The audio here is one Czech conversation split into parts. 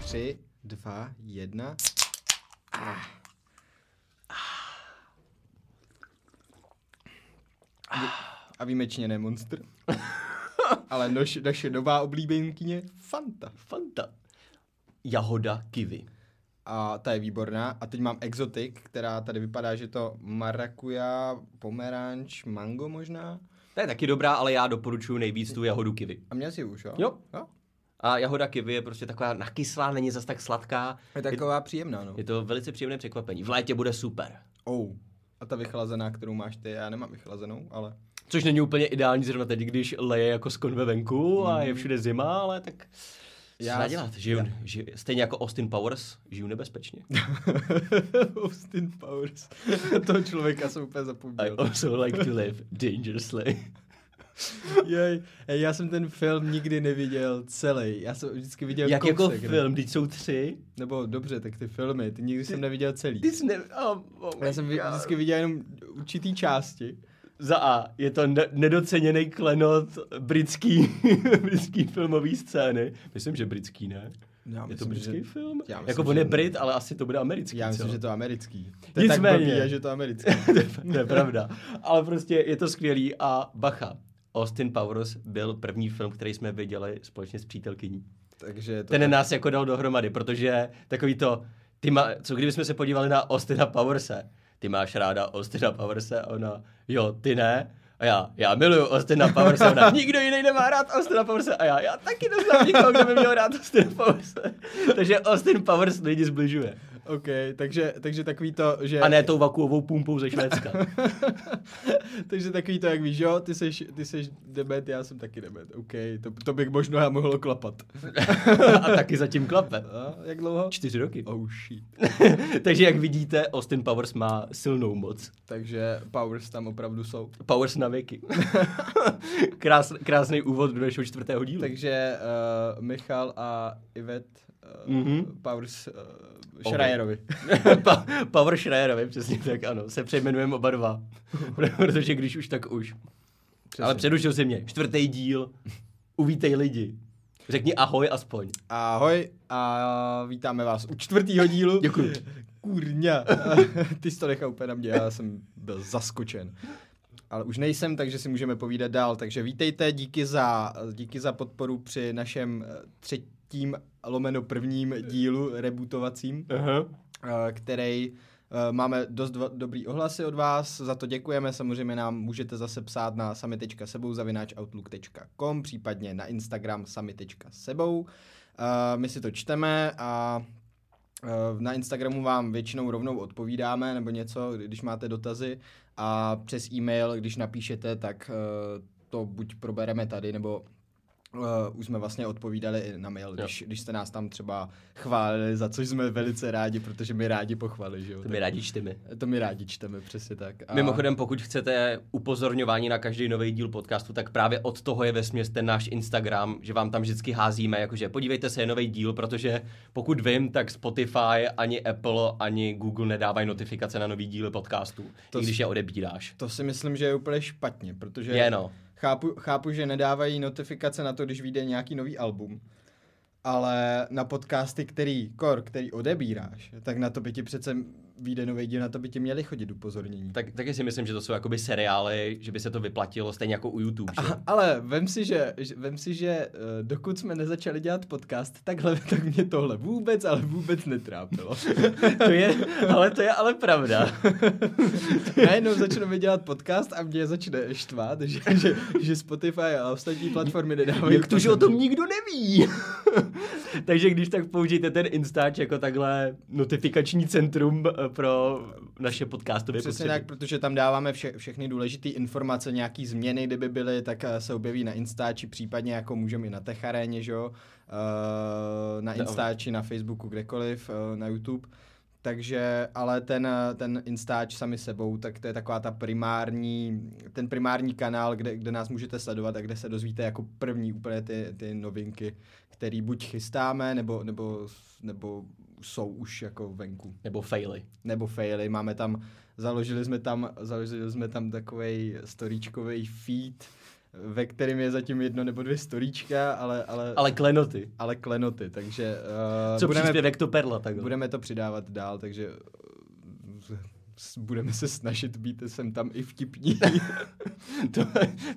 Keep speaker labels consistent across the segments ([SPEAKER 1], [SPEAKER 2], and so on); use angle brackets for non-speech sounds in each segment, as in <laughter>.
[SPEAKER 1] Tři, dva, jedna. Ah. Vy- A výjimečně ne
[SPEAKER 2] <laughs>
[SPEAKER 1] Monster. Ale noš, naše nová oblíbenkyně Fanta.
[SPEAKER 2] Fanta. Jahoda kiwi.
[SPEAKER 1] A ta je výborná. A teď mám Exotic, která tady vypadá, že to marakuja, pomeranč, mango možná.
[SPEAKER 2] Ta je taky dobrá, ale já doporučuji nejvíc tu jahodu kiwi.
[SPEAKER 1] A měl jsi ji už, jo?
[SPEAKER 2] Jo.
[SPEAKER 1] jo?
[SPEAKER 2] A jahoda kiwi je prostě taková nakyslá, není zas tak sladká.
[SPEAKER 1] Je taková příjemná, no.
[SPEAKER 2] Je to velice příjemné překvapení. V létě bude super.
[SPEAKER 1] Oh. A ta vychlazená, kterou máš ty, já nemám vychlazenou, ale...
[SPEAKER 2] Což není úplně ideální zrovna teď, když leje jako z konve venku a je všude zima, ale tak co
[SPEAKER 1] Já
[SPEAKER 2] se dá
[SPEAKER 1] s-
[SPEAKER 2] dělat? Žiju, žiju, stejně jako Austin Powers, žiju nebezpečně.
[SPEAKER 1] Austin Powers. <laughs> Toho člověka jsem úplně
[SPEAKER 2] <laughs> I
[SPEAKER 1] zapomněl.
[SPEAKER 2] also like to live dangerously.
[SPEAKER 1] Jej, hej, já jsem ten film nikdy neviděl celý. Já jsem vždycky viděl
[SPEAKER 2] Jak
[SPEAKER 1] kousek.
[SPEAKER 2] jako
[SPEAKER 1] ne?
[SPEAKER 2] film, teď jsou tři.
[SPEAKER 1] Nebo dobře, tak ty filmy, ty nikdy jsem neviděl celý.
[SPEAKER 2] Ty jsi ne... Oh, oh
[SPEAKER 1] Já jsem
[SPEAKER 2] my
[SPEAKER 1] vi-
[SPEAKER 2] God.
[SPEAKER 1] vždycky viděl jenom určitý části.
[SPEAKER 2] Za A, je to ne- nedoceněný klenot britský, <laughs> britský filmový scény. Myslím, že britský, ne?
[SPEAKER 1] Já
[SPEAKER 2] je to
[SPEAKER 1] myslím,
[SPEAKER 2] britský
[SPEAKER 1] že-
[SPEAKER 2] film?
[SPEAKER 1] já myslím,
[SPEAKER 2] jako on je
[SPEAKER 1] že-
[SPEAKER 2] Brit, ale asi to bude americký.
[SPEAKER 1] Já myslím,
[SPEAKER 2] co? <laughs>
[SPEAKER 1] že to je americký. To
[SPEAKER 2] Nicméně.
[SPEAKER 1] je tak blbý, je, že to je
[SPEAKER 2] <laughs>
[SPEAKER 1] americký.
[SPEAKER 2] to, je, to je pravda. Ale prostě je to skvělý a bacha. Austin Powers byl první film, který jsme viděli společně s přítelkyní.
[SPEAKER 1] Takže je to
[SPEAKER 2] Ten
[SPEAKER 1] tak-
[SPEAKER 2] nás jako dal dohromady, protože takový to, ty má, co kdybychom se podívali na Austina Powerse, ty máš ráda Austina Powerse a ona, jo, ty ne, a já, já miluju Austina Powerse, a ona, nikdo jiný nemá rád Austina Powerse a já, já taky neznám nikoho, kdo by měl rád Austina Powerse. Takže Austin Powers lidi zbližuje.
[SPEAKER 1] OK, takže, takže takový to, že...
[SPEAKER 2] A ne tou vakuovou pumpou ze Švédska.
[SPEAKER 1] takže takový to, jak víš, jo, ty seš, ty seš dement, já jsem taky dement. OK, to, to bych možná mohlo
[SPEAKER 2] <laughs>
[SPEAKER 1] klapat.
[SPEAKER 2] a taky zatím klape.
[SPEAKER 1] A jak dlouho?
[SPEAKER 2] Čtyři roky.
[SPEAKER 1] Oh shit.
[SPEAKER 2] Takže jak vidíte, Austin Powers má silnou moc.
[SPEAKER 1] Takže powers tam opravdu jsou.
[SPEAKER 2] Powers na věky. <laughs> Krás, krásný úvod do našeho čtvrtého dílu.
[SPEAKER 1] Takže uh, Michal a Ivet uh,
[SPEAKER 2] Mhm.
[SPEAKER 1] mm-hmm. Powers uh, Schreierovi.
[SPEAKER 2] <laughs> pa- Power Schreierovi, přesně tak, ano. Se přejmenujeme oba dva. <laughs> Protože když už, tak už. Přesně. Ale předušil si mě. Čtvrtý díl. Uvítej lidi. Řekni ahoj aspoň.
[SPEAKER 1] Ahoj a vítáme vás u čtvrtýho dílu.
[SPEAKER 2] Děkuji.
[SPEAKER 1] Kurňa. <laughs> Ty jsi to nechal úplně na mě, já jsem byl zaskočen. Ale už nejsem, takže si můžeme povídat dál. Takže vítejte, díky za, díky za podporu při našem eh, třetím lomeno prvním dílu rebootovacím.
[SPEAKER 2] Aha.
[SPEAKER 1] eh, který eh, máme dost dva, dobrý ohlasy od vás, za to děkujeme, samozřejmě nám můžete zase psát na sami.sebou zavináč outlook.com, případně na Instagram sami.sebou. Eh, My si to čteme a eh, na Instagramu vám většinou rovnou odpovídáme nebo něco, když máte dotazy a přes e-mail, když napíšete, tak eh, to buď probereme tady, nebo Uh, už jsme vlastně odpovídali i na mail, když, když jste nás tam třeba chválili, za což jsme velice rádi, protože my rádi pochvali, že jo?
[SPEAKER 2] To my rádi čteme.
[SPEAKER 1] Tak- to my rádi čteme, přesně tak.
[SPEAKER 2] A... Mimochodem, pokud chcete upozorňování na každý nový díl podcastu, tak právě od toho je vesměs ten náš Instagram, že vám tam vždycky házíme, jakože podívejte se, je nový díl, protože pokud vím, tak Spotify, ani Apple, ani Google nedávají notifikace na nový díly podcastu, to
[SPEAKER 1] To
[SPEAKER 2] i
[SPEAKER 1] s-
[SPEAKER 2] když je odebíráš.
[SPEAKER 1] To si myslím, že je úplně špatně, protože
[SPEAKER 2] Je no.
[SPEAKER 1] chápu, chápu, že nedávají notifikace na to, když vyjde nějaký nový album, ale na podcasty, který, kor, který odebíráš, tak na to by ti přece vyjde nový díl, na to by ti měli chodit upozornění.
[SPEAKER 2] Tak, taky si myslím, že to jsou jakoby seriály, že by se to vyplatilo stejně jako u YouTube. Že?
[SPEAKER 1] A- Ale vem si, že, že- vem si, že eh, dokud jsme nezačali dělat podcast, takhle, <laughs> tak mě tohle vůbec, ale vůbec netrápilo. <laughs>
[SPEAKER 2] to je, ale to je ale pravda.
[SPEAKER 1] Najednou začneme dělat podcast a mě začne štvát, že, že, že Spotify a ostatní platformy nedávají.
[SPEAKER 2] Jak to, že o tom nikdo neví? <laughs> Takže když tak použijte ten Instač jako takhle notifikační centrum eh, pro naše podcastové
[SPEAKER 1] Přesně
[SPEAKER 2] potřeby.
[SPEAKER 1] tak, protože tam dáváme vše, všechny důležité informace, nějaký změny, kdyby byly, tak eh, se objeví na Instači, případně jako můžeme i na Techaréně, že jo, Eh, na
[SPEAKER 2] No.
[SPEAKER 1] Instači, na Facebooku, kdekoliv, eh, na YouTube. Takže, ale ten, eh, ten Instač sami sebou, tak to je taková ta primární, ten primární kanál, kde, kde nás můžete sledovat a kde se dozvíte jako první úplně ty, ty novinky, které buď chystáme, nebo, nebo, nebo jsou už jako venku
[SPEAKER 2] Nebo faily.
[SPEAKER 1] nebo faily, máme tam, založili jsme tam, založili jsme tam takový storíčkový feed, ve kterém je zatím jedno nebo dvě storíčka, ale, ale, ale,
[SPEAKER 2] Ale klenoty.
[SPEAKER 1] ale klenoty, takže uh,
[SPEAKER 2] Co
[SPEAKER 1] budeme,
[SPEAKER 2] příspěvek to perla, tak jo.
[SPEAKER 1] budeme to přidávat dál, takže eh, s- budeme se snažit být sem tam i vtipní.
[SPEAKER 2] <laughs> To,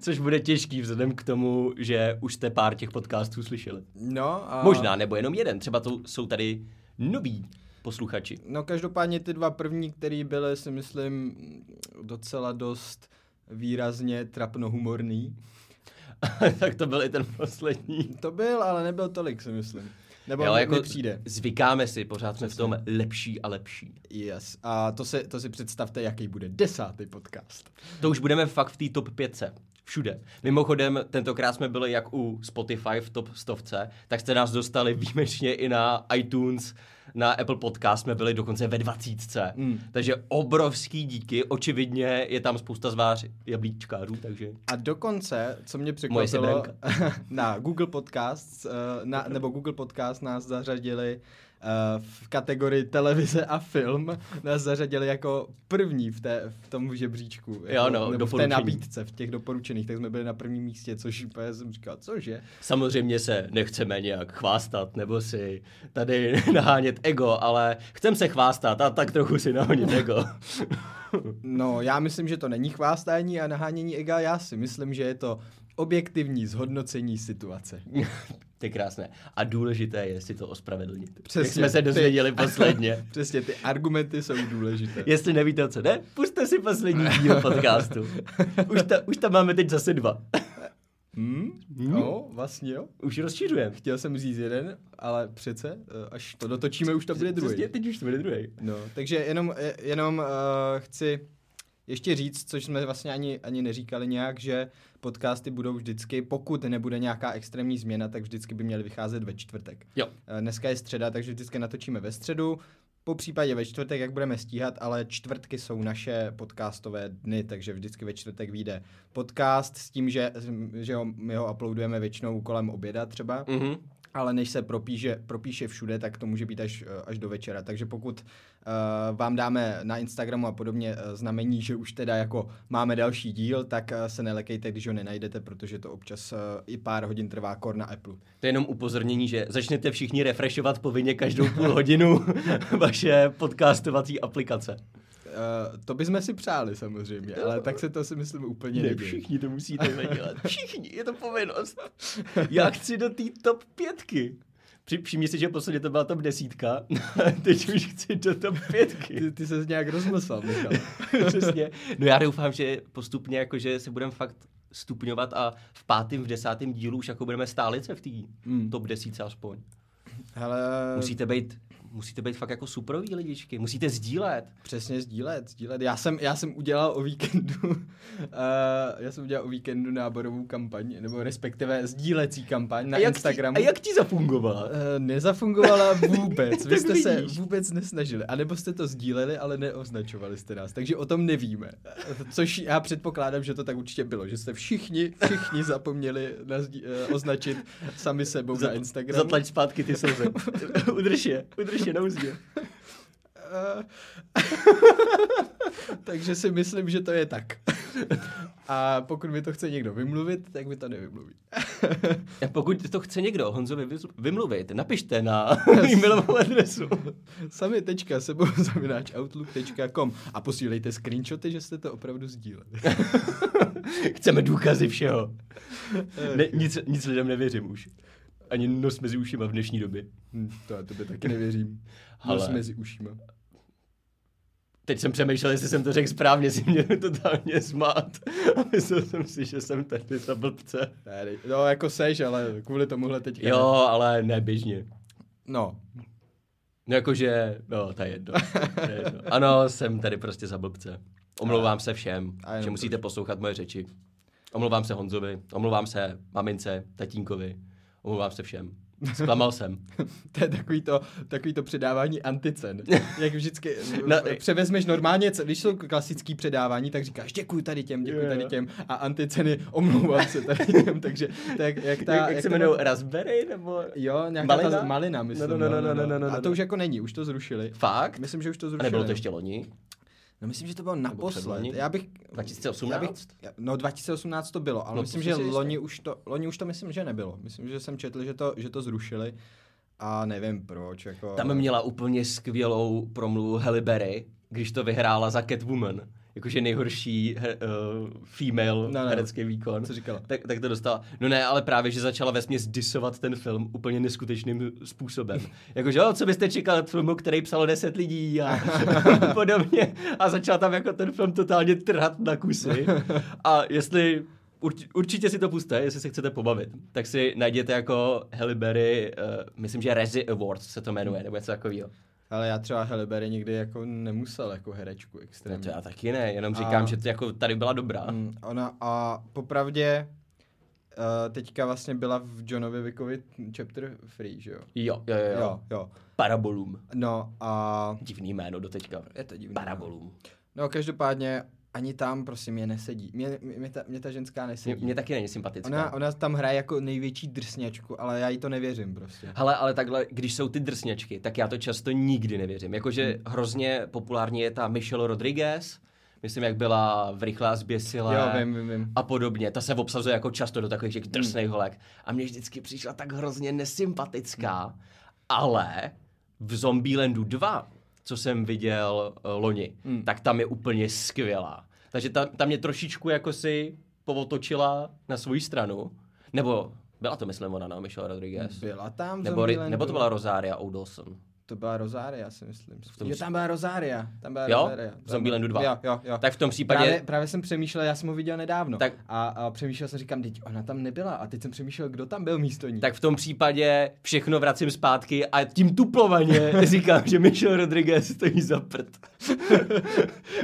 [SPEAKER 2] což bude těžký vzhledem k tomu, že už jste pár těch podcastů slyšeli.
[SPEAKER 1] <laughs> No a...
[SPEAKER 2] Možná, nebo jenom jeden. Třeba to jsou tady noví posluchači. <laughs>
[SPEAKER 1] No každopádně ty dva první, který byly, si myslím, docela dost výrazně trapnohumorný.
[SPEAKER 2] tak to byl i ten poslední.
[SPEAKER 1] To byl, ale nebyl tolik, si myslím. Nebo
[SPEAKER 2] Jo,
[SPEAKER 1] jo, jako... přijde.
[SPEAKER 2] Zvykáme si, pořád jsme v tom lepší a lepší.
[SPEAKER 1] Yes. A to si, to si představte, jaký bude desátý podcast.
[SPEAKER 2] To už budeme fakt v té top 5. Všude. Mimochodem, tentokrát jsme byli jak u Spotify v top 100, tak jste nás dostali výjimečně i na iTunes, na Apple Podcast jsme byli dokonce ve 20. Mm. Takže obrovský díky. Očividně je tam spousta z vás jablíčkářů, takže
[SPEAKER 1] A dokonce, co mě
[SPEAKER 2] Moje
[SPEAKER 1] překvapilo, <laughs> na Google Podcast, na, nebo Google Podcast nás zařadili eh, v kategorii televize a film, nás zařadili jako první v, té, v tom žebříčku. Jako,
[SPEAKER 2] no,
[SPEAKER 1] nebo v té
[SPEAKER 2] doporučení.
[SPEAKER 1] nabídce, v těch doporučených, tak jsme byli na prvním místě, což úplně jsem říkal, cože?
[SPEAKER 2] samozřejmě se nechceme nějak chvástat nebo si tady <laughs> nahánět ego, ale chcem se chvástat a tak trochu si nahonit ego.
[SPEAKER 1] No, já myslím, že to není chvástání a nahánění ega, já si myslím, že je to objektivní zhodnocení situace.
[SPEAKER 2] <laughs> Ty krásné. A důležité je si to ospravedlnit. Přesně.
[SPEAKER 1] Přesně.
[SPEAKER 2] Jak jsme
[SPEAKER 1] <laughs>
[SPEAKER 2] se dozvěděli
[SPEAKER 1] Ty-
[SPEAKER 2] posledně.
[SPEAKER 1] Přesně, ty argumenty jsou důležité.
[SPEAKER 2] Jestli nevíte, o co jde, puste
[SPEAKER 1] <laughs>
[SPEAKER 2] si poslední díl podcastu. Už, ta, už tam máme teď zase dva.
[SPEAKER 1] Hmm? No, vlastně jo.
[SPEAKER 2] Už rozšiřujeme.
[SPEAKER 1] Chtěl jsem říct jeden, ale přece, eh, až to dotočíme, už to bude druhý.
[SPEAKER 2] Přesně, teď už bude druhý.
[SPEAKER 1] No, takže jenom, eh, jenom uh, chci ještě říct, což jsme vlastně ani, ani neříkali nějak, že podcasty budou vždycky, pokud nebude nějaká extrémní změna, tak vždycky by měly vycházet ve čtvrtek.
[SPEAKER 2] Jo.
[SPEAKER 1] Eh, Dneska je středa, takže vždycky natočíme ve středu, po případě ve čtvrtek, jak budeme stíhat, ale čtvrtky jsou naše podcastové dny, takže vždycky ve čtvrtek vyjde podcast s tím, že, že ho, my ho uploadujeme většinou kolem oběda třeba
[SPEAKER 2] Mhm.
[SPEAKER 1] ale než se propíše, propíše všude, tak to může být až, eh, až do večera. Takže pokud uh, vám dáme na Instagramu a podobně uh, znamení, že už teda jako máme další díl, tak uh, se nelekejte, když ho nenajdete, protože to občas uh, i pár hodin trvá kor na Apple.
[SPEAKER 2] To je jenom upozornění, že začnete všichni refreshovat povinně každou půl hodinu <laughs> vaše podcastovací aplikace.
[SPEAKER 1] Uh, to bychom si přáli samozřejmě, ale tak se to si myslím úplně
[SPEAKER 2] Ne,
[SPEAKER 1] neděje.
[SPEAKER 2] všichni to musíte <laughs> dělat. Všichni, je to povinnost. Já chci do té top pětky. Při- Všimni si, že posledně to byla top desítka, <laughs> teď už chci do top pětky.
[SPEAKER 1] Ty, ty se nějak rozmyslel, Michal.
[SPEAKER 2] <laughs> Přesně. No já doufám, že postupně jakože se budeme fakt stupňovat a v pátém, v desátém dílu už jako budeme stálit se v té
[SPEAKER 1] Mm.
[SPEAKER 2] top desítce aspoň.
[SPEAKER 1] <laughs> Hele,
[SPEAKER 2] Musíte být, musíte být fakt jako superový lidičky, musíte sdílet.
[SPEAKER 1] Přesně sdílet, sdílet. Já jsem, já jsem udělal o víkendu, <laughs> uh, já jsem udělal o víkendu náborovou kampaň, nebo respektive sdílecí kampaň na
[SPEAKER 2] a jak
[SPEAKER 1] Instagramu.
[SPEAKER 2] Ti, a jak ti zafungovala?
[SPEAKER 1] Eh,
[SPEAKER 2] <laughs>
[SPEAKER 1] Nezafungovala vůbec. Vy
[SPEAKER 2] Tak
[SPEAKER 1] jste se
[SPEAKER 2] vidíš.
[SPEAKER 1] vůbec nesnažili. A nebo jste to sdíleli, ale neoznačovali jste nás. Takže o tom nevíme. Což já předpokládám, že to tak určitě bylo. Že jste všichni, všichni zapomněli na zdí, eh, označit sami sebou na
[SPEAKER 2] Zatla-
[SPEAKER 1] Instagramu.
[SPEAKER 2] Zatlač zpátky ty <laughs> slzy. udrž je, udrž je na úzdě.
[SPEAKER 1] Eh, <laughs> Takže si myslím, že to je tak. A pokud mi to chce někdo vymluvit, tak mi to nevymluví.
[SPEAKER 2] A Pokud to chce někdo Honzovi vyz- vymluvit, napište na e-mailovou adresu.
[SPEAKER 1] Sami tečka sebou zavináč outlook.com a posílejte screenshoty, že jste to opravdu sdíleli.
[SPEAKER 2] Chceme důkazy všeho. Ne, nic, nic lidem nevěřím už. Ani nos mezi ušima v dnešní době.
[SPEAKER 1] Hm, To já tobě taky nevěřím. Nos
[SPEAKER 2] Hele.
[SPEAKER 1] mezi ušima.
[SPEAKER 2] Teď jsem přemýšlel, jestli jsem to řekl správně, si mě <laughs> totálně smát. A myslel jsem si, že jsem tady za blbce.
[SPEAKER 1] Ne, dej- No, jako seš, ale kvůli tomuhle teďka.
[SPEAKER 2] Jo, ale ne běžně.
[SPEAKER 1] No, <laughs>
[SPEAKER 2] No jakože, no, to je jedno. To je jedno. Ano, jsem tady prostě za blbce. Omlouvám se všem,
[SPEAKER 1] A jenom
[SPEAKER 2] že musíte
[SPEAKER 1] proč.
[SPEAKER 2] poslouchat moje řeči. Omlouvám se Honzovi, omlouvám se mamince, tatínkovi, omlouvám se všem. Zklamal jsem.
[SPEAKER 1] to je takový to, takový to předávání anticen. Jak
[SPEAKER 2] <laughs>
[SPEAKER 1] vždycky
[SPEAKER 2] No,
[SPEAKER 1] no, převezmeš normálně, co- když jsou klasický předávání, tak říkáš děkuji tady těm, děkuji
[SPEAKER 2] Jo, jo.
[SPEAKER 1] tady těm a anticeny omlouvám se tady těm, takže <laughs> tak jak ta...
[SPEAKER 2] jak, jak se
[SPEAKER 1] ta-
[SPEAKER 2] jmenují? Raspberry nebo?
[SPEAKER 1] Jo, nějaká malina?
[SPEAKER 2] Malina?
[SPEAKER 1] ta malina, myslím.
[SPEAKER 2] No, no, no, no, no, no, no,
[SPEAKER 1] A
[SPEAKER 2] no.
[SPEAKER 1] to už jako není, už to zrušili.
[SPEAKER 2] Fakt?
[SPEAKER 1] Myslím, že už to
[SPEAKER 2] A
[SPEAKER 1] zrušili.
[SPEAKER 2] nebylo to ještě loni?
[SPEAKER 1] No myslím, že to bylo naposled.
[SPEAKER 2] předloni?
[SPEAKER 1] Já bych...
[SPEAKER 2] 2018?
[SPEAKER 1] Já bych, no 2018 to bylo, ale no,
[SPEAKER 2] No, to
[SPEAKER 1] myslím,
[SPEAKER 2] jsem
[SPEAKER 1] že
[SPEAKER 2] si jistý.
[SPEAKER 1] loni už, to, loni už to myslím, že nebylo. Myslím, že jsem četl, že to, že to zrušili a nevím proč. Jako...
[SPEAKER 2] Tam měla úplně skvělou promluvu Halle Berry, když to vyhrála za Catwoman. Jakože nejhorší he, uh, female
[SPEAKER 1] No,
[SPEAKER 2] no,
[SPEAKER 1] no.
[SPEAKER 2] no. herecký výkon.
[SPEAKER 1] Co říkala?
[SPEAKER 2] Tak, tak to dostala. No ne, ale právě, že začala vesměs disovat ten film úplně neskutečným
[SPEAKER 1] <laughs>
[SPEAKER 2] způsobem. Jakože, "O, co byste čekali od filmu, který psalo 10
[SPEAKER 1] <laughs>
[SPEAKER 2] lidí a <laughs> podobně. A začala tam jako ten film totálně trhat na kusy. A jestli Urč, určitě si to puste, jestli se chcete pobavit. Tak si najděte jako Halle Berry, uh, myslím, že Rezi Awards se to jmenuje, nebo něco takového.
[SPEAKER 1] Ale já třeba Halle Berry nikdy jako nemusel jako herečku
[SPEAKER 2] No
[SPEAKER 1] extrémně.
[SPEAKER 2] to já taky ne, jenom říkám,
[SPEAKER 1] A-
[SPEAKER 2] a... že to jako tady byla dobrá. Mm.
[SPEAKER 1] Mm, ona a popravdě eh, teďka vlastně byla v Johnovi Wickovi chapter free, že jo?
[SPEAKER 2] Jo, jo, jo, jo.
[SPEAKER 1] Jo, jo.
[SPEAKER 2] Parabolum.
[SPEAKER 1] No a...
[SPEAKER 2] Divný jméno doteďka.
[SPEAKER 1] Je to divný.
[SPEAKER 2] Parabolum.
[SPEAKER 1] No každopádně ani tam prostě mě nesedí. Mě, mě, mě, ta, mě ta ženská
[SPEAKER 2] Mě,
[SPEAKER 1] nesedí.
[SPEAKER 2] mě taky není sympatická.
[SPEAKER 1] Ona, ona tam hraje jako největší drsňačku, ale já jí to nevěřím prostě.
[SPEAKER 2] Hele, ale takhle, když jsou ty drsňačky, tak já to často nikdy nevěřím. Jakože
[SPEAKER 1] Hmm.
[SPEAKER 2] hrozně populární je ta Michelle Rodriguez, myslím, jak byla v Rychlá a zběsila.
[SPEAKER 1] Jo, vím, vím, vím.
[SPEAKER 2] A podobně. Ta se obsazuje jako často do takových těch drsných holek. A mě vždycky přišla tak hrozně nesympatická. Ale v Zombielandu 2, co jsem viděl uh, loni, tak tam je úplně skvělá. Takže ta, ta mě trošičku jako si povotočila na svou stranu. Nebo byla to, myslím, ona, no, Michelle Rodriguez.
[SPEAKER 1] Byla tam v
[SPEAKER 2] Nebo, ry,
[SPEAKER 1] Zombielandu?
[SPEAKER 2] nebo to byla Rosaria O'Dawson.
[SPEAKER 1] To byla Rosária, si myslím.
[SPEAKER 2] tom-
[SPEAKER 1] Jo, tam byla Rosária. Tam byla
[SPEAKER 2] Jo?
[SPEAKER 1] Rosaria.
[SPEAKER 2] V Zombielandu 2.
[SPEAKER 1] Jo, jo, jo.
[SPEAKER 2] Tak v tom případě...
[SPEAKER 1] Právě, právě jsem přemýšlel, já jsem ho viděl nedávno.
[SPEAKER 2] Tak-
[SPEAKER 1] A, a přemýšlel jsem, říkám, teď ona tam nebyla. A teď jsem přemýšlel, kdo tam byl místo ní.
[SPEAKER 2] Tak v tom případě všechno vracím zpátky a tím tuplovaně <laughs> říkám, že Michelle Rodriguez stojí za prd.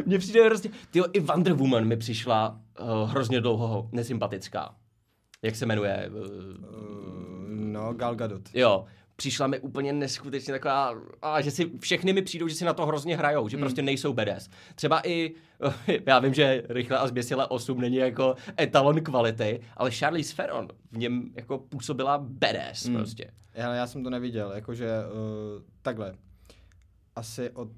[SPEAKER 2] Mně přijde
[SPEAKER 1] prostě-
[SPEAKER 2] hrozně... <laughs> Tyjo, i Wonder Woman mi přišla uh, hrozně dlouho nesympatická. Jak se jmenuje? Uh,
[SPEAKER 1] No, Gal Gadot.
[SPEAKER 2] jo, přišla mi úplně neskutečně taková, a že si všechny mi přijdou, že si na to hrozně hrajou, že prostě nejsou bedes. Třeba i, <laughs> já vím, že rychle a zběsila 8 není jako etalon kvality, ale Charlize Theron v něm jako působila bedes prostě.
[SPEAKER 1] Hele, já jsem to neviděl, jakože uh, takhle. Asi od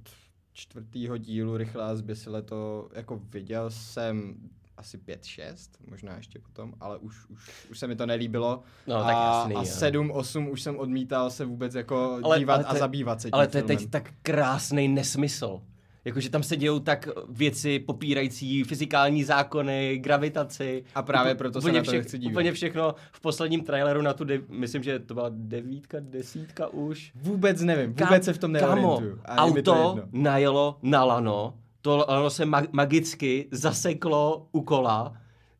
[SPEAKER 1] čtvrtýho dílu rychle a zběsile to, jako viděl jsem asi 5-6, možná ještě potom, ale už, už, už se mi to nelíbilo.
[SPEAKER 2] No,
[SPEAKER 1] a,
[SPEAKER 2] tak jasný,
[SPEAKER 1] a
[SPEAKER 2] jo.
[SPEAKER 1] 7-8 už jsem odmítal se vůbec jako
[SPEAKER 2] Ale-
[SPEAKER 1] dívat
[SPEAKER 2] ale
[SPEAKER 1] a
[SPEAKER 2] to je-
[SPEAKER 1] zabývat se tím
[SPEAKER 2] Ale to je teď
[SPEAKER 1] filmem.
[SPEAKER 2] tak krásný nesmysl. Jakože tam se dějou tak věci popírající fyzikální zákony, gravitaci.
[SPEAKER 1] A právě proto se
[SPEAKER 2] úplně
[SPEAKER 1] na to nechci dívat.
[SPEAKER 2] Úplně všechno v posledním traileru na tu, de- myslím, že to byla devítka, desítka už.
[SPEAKER 1] Vůbec nevím, vůbec
[SPEAKER 2] Ka-
[SPEAKER 1] se v tom
[SPEAKER 2] Kámo,
[SPEAKER 1] neorientuju. Ani mi to
[SPEAKER 2] auto
[SPEAKER 1] jedno.
[SPEAKER 2] najelo na lano, to lano se ma- magicky zaseklo u kola,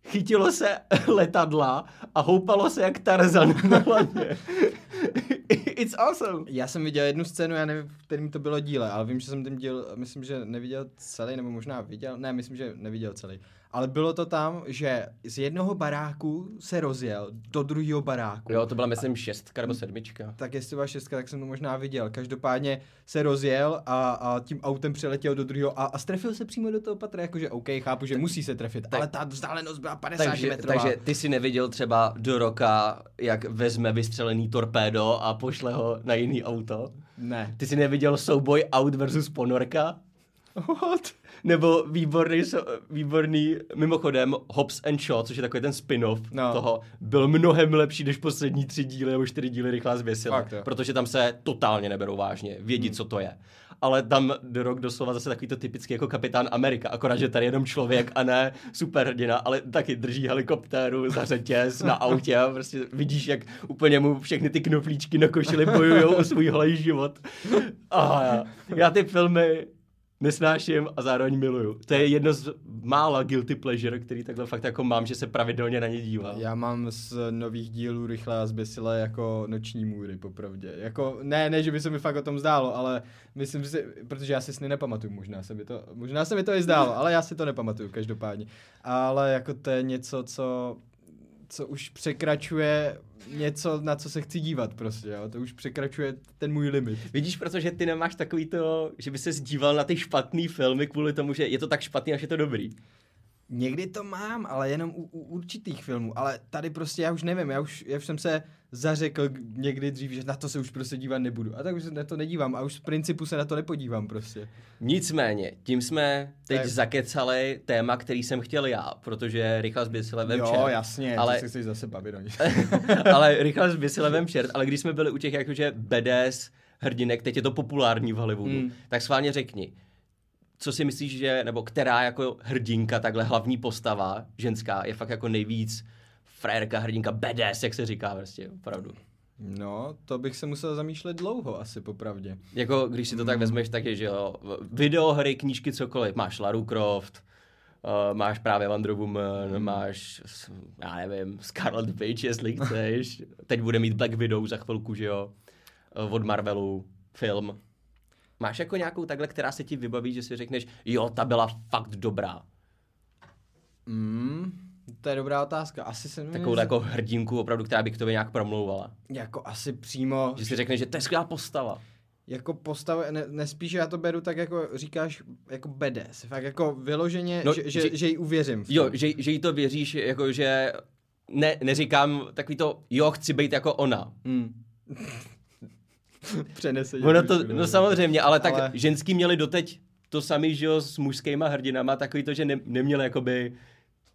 [SPEAKER 2] chytilo se <laughs> letadla a houpalo se jak Tarzan na
[SPEAKER 1] <laughs>
[SPEAKER 2] laně. It's awesome.
[SPEAKER 1] Já jsem viděl jednu scénu, já nevím, v kterým to bylo díle, ale vím, že jsem ten díl, myslím, že neviděl celý, nebo možná viděl, ne, myslím, že neviděl celý. Ale bylo to tam, že z jednoho baráku se rozjel do druhého baráku.
[SPEAKER 2] Jo, to byla myslím šestka nebo sedmička.
[SPEAKER 1] Tak jestli byla šestka, tak jsem to možná viděl. Každopádně se rozjel a, a tím autem přeletěl do druhého a, a strefil se přímo do toho patra, jakože OK, chápu, že musí se trefit, ale ta vzdálenost byla 50
[SPEAKER 2] Takže,
[SPEAKER 1] metrová.
[SPEAKER 2] takže ty si neviděl třeba do roka, jak vezme vystřelený torpédo a pošle ho na jiný auto?
[SPEAKER 1] Ne.
[SPEAKER 2] Ty jsi neviděl souboj aut versus ponorka? What? Nebo výborný, so- výborný, mimochodem, Hobbs and Shaw, což je takový ten spin-off
[SPEAKER 1] No.
[SPEAKER 2] no. toho, byl mnohem lepší než poslední tři díly nebo čtyři díly rychlá zvěsila,
[SPEAKER 1] Fakt, jo.
[SPEAKER 2] protože tam se totálně neberou vážně, vědí, co to je. Ale tam The Rock doslova zase takový to typický jako kapitán Amerika, akorát, že tady jenom člověk a ne superhrdina, ale taky drží helikoptéru za řetěz na autě a prostě vidíš, jak úplně mu všechny ty knoflíčky na košili bojují o svůj holý život. A já, já ty filmy nesnáším a zároveň miluju. To je jedno z mála guilty pleasure, který takhle fakt jako mám, že se pravidelně na ně dívám.
[SPEAKER 1] Já mám z nových dílů rychle a zběsile jako noční můry, popravdě. Jako, ne, ne, že by se mi fakt o tom zdálo, ale myslím si, protože já si sny nepamatuju, možná se mi to, možná se mi to i zdálo, ale já si to nepamatuju každopádně. Ale jako to je něco, co, co už překračuje něco, na co se chci dívat prostě, jo? to už překračuje ten můj limit.
[SPEAKER 2] Vidíš, protože ty nemáš takový to, že by se zdíval na ty špatný filmy kvůli tomu, že je to tak špatný, až je to dobrý.
[SPEAKER 1] Někdy to mám, ale jenom u, u určitých filmů. Ale tady prostě já už nevím, já už, já už jsem se zařekl k- někdy dřív, že na to se už prostě dívat nebudu. A tak už se na to nedívám a už z principu se na to nepodívám prostě.
[SPEAKER 2] Nicméně, tím jsme teď
[SPEAKER 1] Tak.
[SPEAKER 2] zakecali téma, který jsem chtěl já, protože rychle s Bislevem
[SPEAKER 1] jo,
[SPEAKER 2] čert.
[SPEAKER 1] jasně, ale...
[SPEAKER 2] ale,
[SPEAKER 1] se chceš zase bavit o nich.
[SPEAKER 2] <laughs> ale rychle s Bislevem čert, ale když jsme byli u těch jakože BDS hrdinek, teď je to populární v Hollywoodu,
[SPEAKER 1] Mm.
[SPEAKER 2] tak sválně řekni, co si myslíš, že, nebo která jako hrdinka, takhle hlavní postava ženská je fakt jako nejvíc frajerka, hrdinka, BDS, jak se říká prostě, opravdu.
[SPEAKER 1] No, to bych se musel zamýšlet dlouho asi popravdě.
[SPEAKER 2] Jako, když si to tak vezmeš, tak je, že jo, videohry, knížky, cokoliv. Máš Laru Croft, uh, máš právě Wonder Woman, máš, s- já nevím, Scarlet Witch, jestli chceš. Teď bude mít Black Widow za chvilku, že jo, eh, od Marvelu, film. Máš jako nějakou takhle, která se ti vybaví, že si řekneš, jo, ta byla fakt dobrá.
[SPEAKER 1] Mm, to je dobrá otázka. Asi se mi
[SPEAKER 2] Takovou jako hrdinku opravdu, která by k tobě nějak promlouvala.
[SPEAKER 1] jako asi přímo
[SPEAKER 2] Že si řekneš, že to je skvělá postava.
[SPEAKER 1] jako postav, ne, nespíš já to beru tak jako říkáš jako bedes, fakt jako vyloženě,
[SPEAKER 2] No,
[SPEAKER 1] že, že,
[SPEAKER 2] že-
[SPEAKER 1] že, jí uvěřím. v tom.
[SPEAKER 2] Jo, že, že jí to věříš, jako že ne, neříkám takový to, jo, chci být jako ona.
[SPEAKER 1] <laughs> Mm. Přeneseně.
[SPEAKER 2] Ono to,
[SPEAKER 1] trošku,
[SPEAKER 2] no samozřejmě, ale tak
[SPEAKER 1] Ale-
[SPEAKER 2] ale... ženský měli doteď to samý, že jo, s mužskýma hrdinama, takový to, že ne, neměli jakoby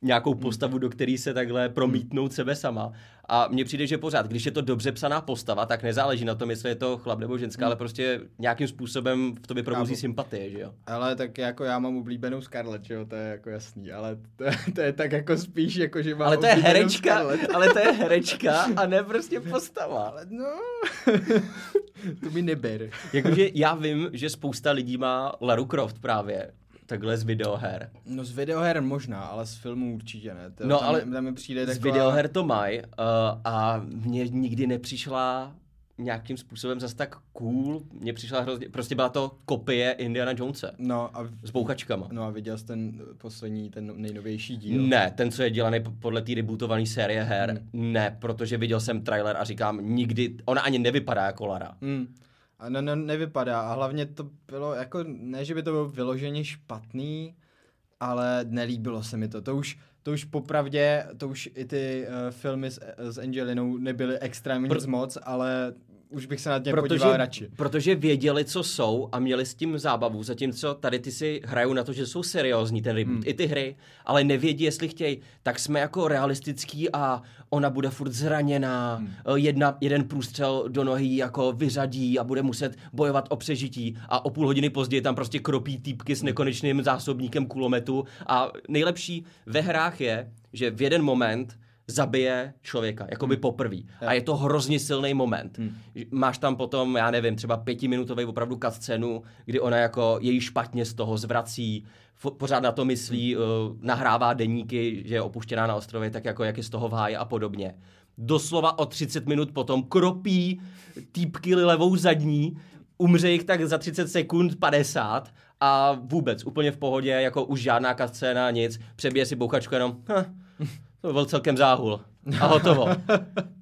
[SPEAKER 2] nějakou
[SPEAKER 1] Hmm.
[SPEAKER 2] postavu, do který se takhle promítnout sebe sama. A mně přijde, že pořád, když je to dobře psaná postava, tak nezáleží na tom, jestli je to chlap nebo ženská,
[SPEAKER 1] Hmm.
[SPEAKER 2] ale prostě nějakým způsobem v tobě probouzí
[SPEAKER 1] Chápu.
[SPEAKER 2] sympatie, že jo.
[SPEAKER 1] Ale tak jako já mám oblíbenou Scarlett, že jo, to je jako jasný, ale to, <laughs> to je tak jako spíš jako, že mám
[SPEAKER 2] Ale to je
[SPEAKER 1] oblíbenou
[SPEAKER 2] herečka,
[SPEAKER 1] Scarlett.
[SPEAKER 2] ale to je herečka a ne prostě postava.
[SPEAKER 1] <laughs> Ale no, to mi neber.
[SPEAKER 2] Jakože já vím, že spousta lidí má Laru Croft právě takhle z videoher.
[SPEAKER 1] No z videoher možná, ale z filmů určitě ne. To,
[SPEAKER 2] No,
[SPEAKER 1] tam,
[SPEAKER 2] ale
[SPEAKER 1] tam mi přijde
[SPEAKER 2] Z
[SPEAKER 1] taková...
[SPEAKER 2] videoher to mají uh, a mně nikdy nepřišla nějakým způsobem zas tak cool. Mně přišla hrozně, prostě byla to kopie Indiana Jonese
[SPEAKER 1] No a, v-
[SPEAKER 2] s bouchačkama.
[SPEAKER 1] no a viděl jsi ten poslední, ten nejnovější díl?
[SPEAKER 2] Ne, ten, co je dělaný p- podle té rebootované série her, ne, protože viděl jsem trailer a říkám, nikdy, ona ani nevypadá jako Lara.
[SPEAKER 1] Hmm. A ne, ne, nevypadá. A hlavně to bylo jako, ne, že by to bylo vyloženě špatný, ale nelíbilo se mi to. To už, to už popravdě, to už i ty uh, filmy s, s Angelinou nebyly extrémně
[SPEAKER 2] Pro-
[SPEAKER 1] nic moc, ale už bych se na ně podíval radši. <laughs>
[SPEAKER 2] protože věděli, co jsou a měli s tím zábavu, zatímco tady ty si hrajou na to, že jsou seriózní ten reboot, i ty hry, ale nevědí, jestli chtějí, tak jsme jako realistický a ona bude furt zraněná, eh, jedna, jeden průstřel do nohy jako vyřadí a bude muset bojovat o přežití a o půl hodiny později tam prostě kropí týpky s nekonečným zásobníkem kulometu a nejlepší ve hrách je, že v jeden moment zabije člověka, jako by poprvé. A je to hrozně silný moment. Máš tam potom, já nevím, třeba pětiminutový opravdu cutscénu, kdy ona jako její špatně z toho zvrací, fo- pořád na to myslí, eh, nahrává deníky, že je opuštěná na ostrově, tak jako jak je z toho v háji a podobně. Doslova o 30 minut potom kropí týpky levou zadní, umře jich tak za 30 sekund 50 a vůbec úplně v pohodě, jako už žádná cutscéna, nic, přebije si bouchačku jenom, "Huh, to byl celkem záhul. A hotovo.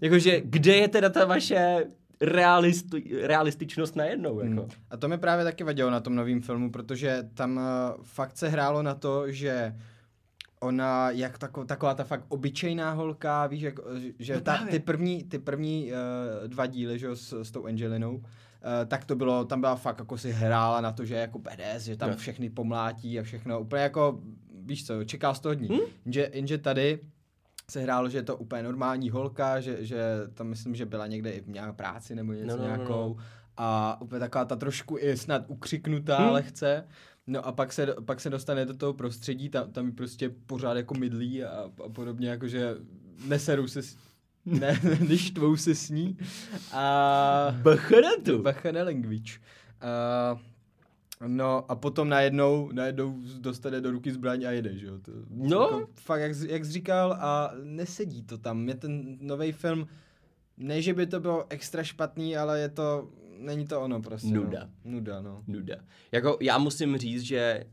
[SPEAKER 2] Jakože, kde je teda ta vaše realist, realističnost najednou? Jako?
[SPEAKER 1] Hmm. A to mi právě taky vadilo na tom novém filmu, protože tam eh, fakt se hrálo na to, že ona, jak tako, taková ta fakt obyčejná holka, víš, jak, eh, že
[SPEAKER 2] No
[SPEAKER 1] ta,
[SPEAKER 2] právě.
[SPEAKER 1] ty první, ty první uh, dva díly, že jo, s, s tou Angelinou, uh, tak to bylo, tam byla fakt jako si hrála na to, že je jako BDS, že tam
[SPEAKER 2] No.
[SPEAKER 1] všechny pomlátí a všechno, úplně jako, víš co, čeká z toho dní. Jenže, jenže tady se hrálo, že je to úplně normální holka, že, že tam myslím, že byla někde i v nějaké práci nebo něco
[SPEAKER 2] No,
[SPEAKER 1] no,
[SPEAKER 2] no,
[SPEAKER 1] no,
[SPEAKER 2] no, no.
[SPEAKER 1] nějakou a úplně taková ta trošku i snad ukřiknutá
[SPEAKER 2] Hmm.
[SPEAKER 1] hmm. lehce. No a pak se, pak se dostane do toho prostředí, tam, tam ji prostě pořád jako mydlí a, a podobně, jakože neserou se s, ne, <laughs> neštvou se s ní. A... <laughs>
[SPEAKER 2] Bachanatu.
[SPEAKER 1] Bachane language. A, no a potom najednou, najednou dostane do ruky zbraň a jede, že jo? To,
[SPEAKER 2] No.
[SPEAKER 1] Jako, fakt, jak, jsi- jak jsi říkal, a nesedí to tam. Mě ten nový film, ne, že by to bylo extra špatný, ale je to, není to ono prostě.
[SPEAKER 2] Nuda.
[SPEAKER 1] No. Nuda, no.
[SPEAKER 2] Nuda. Jako, já musím říct, že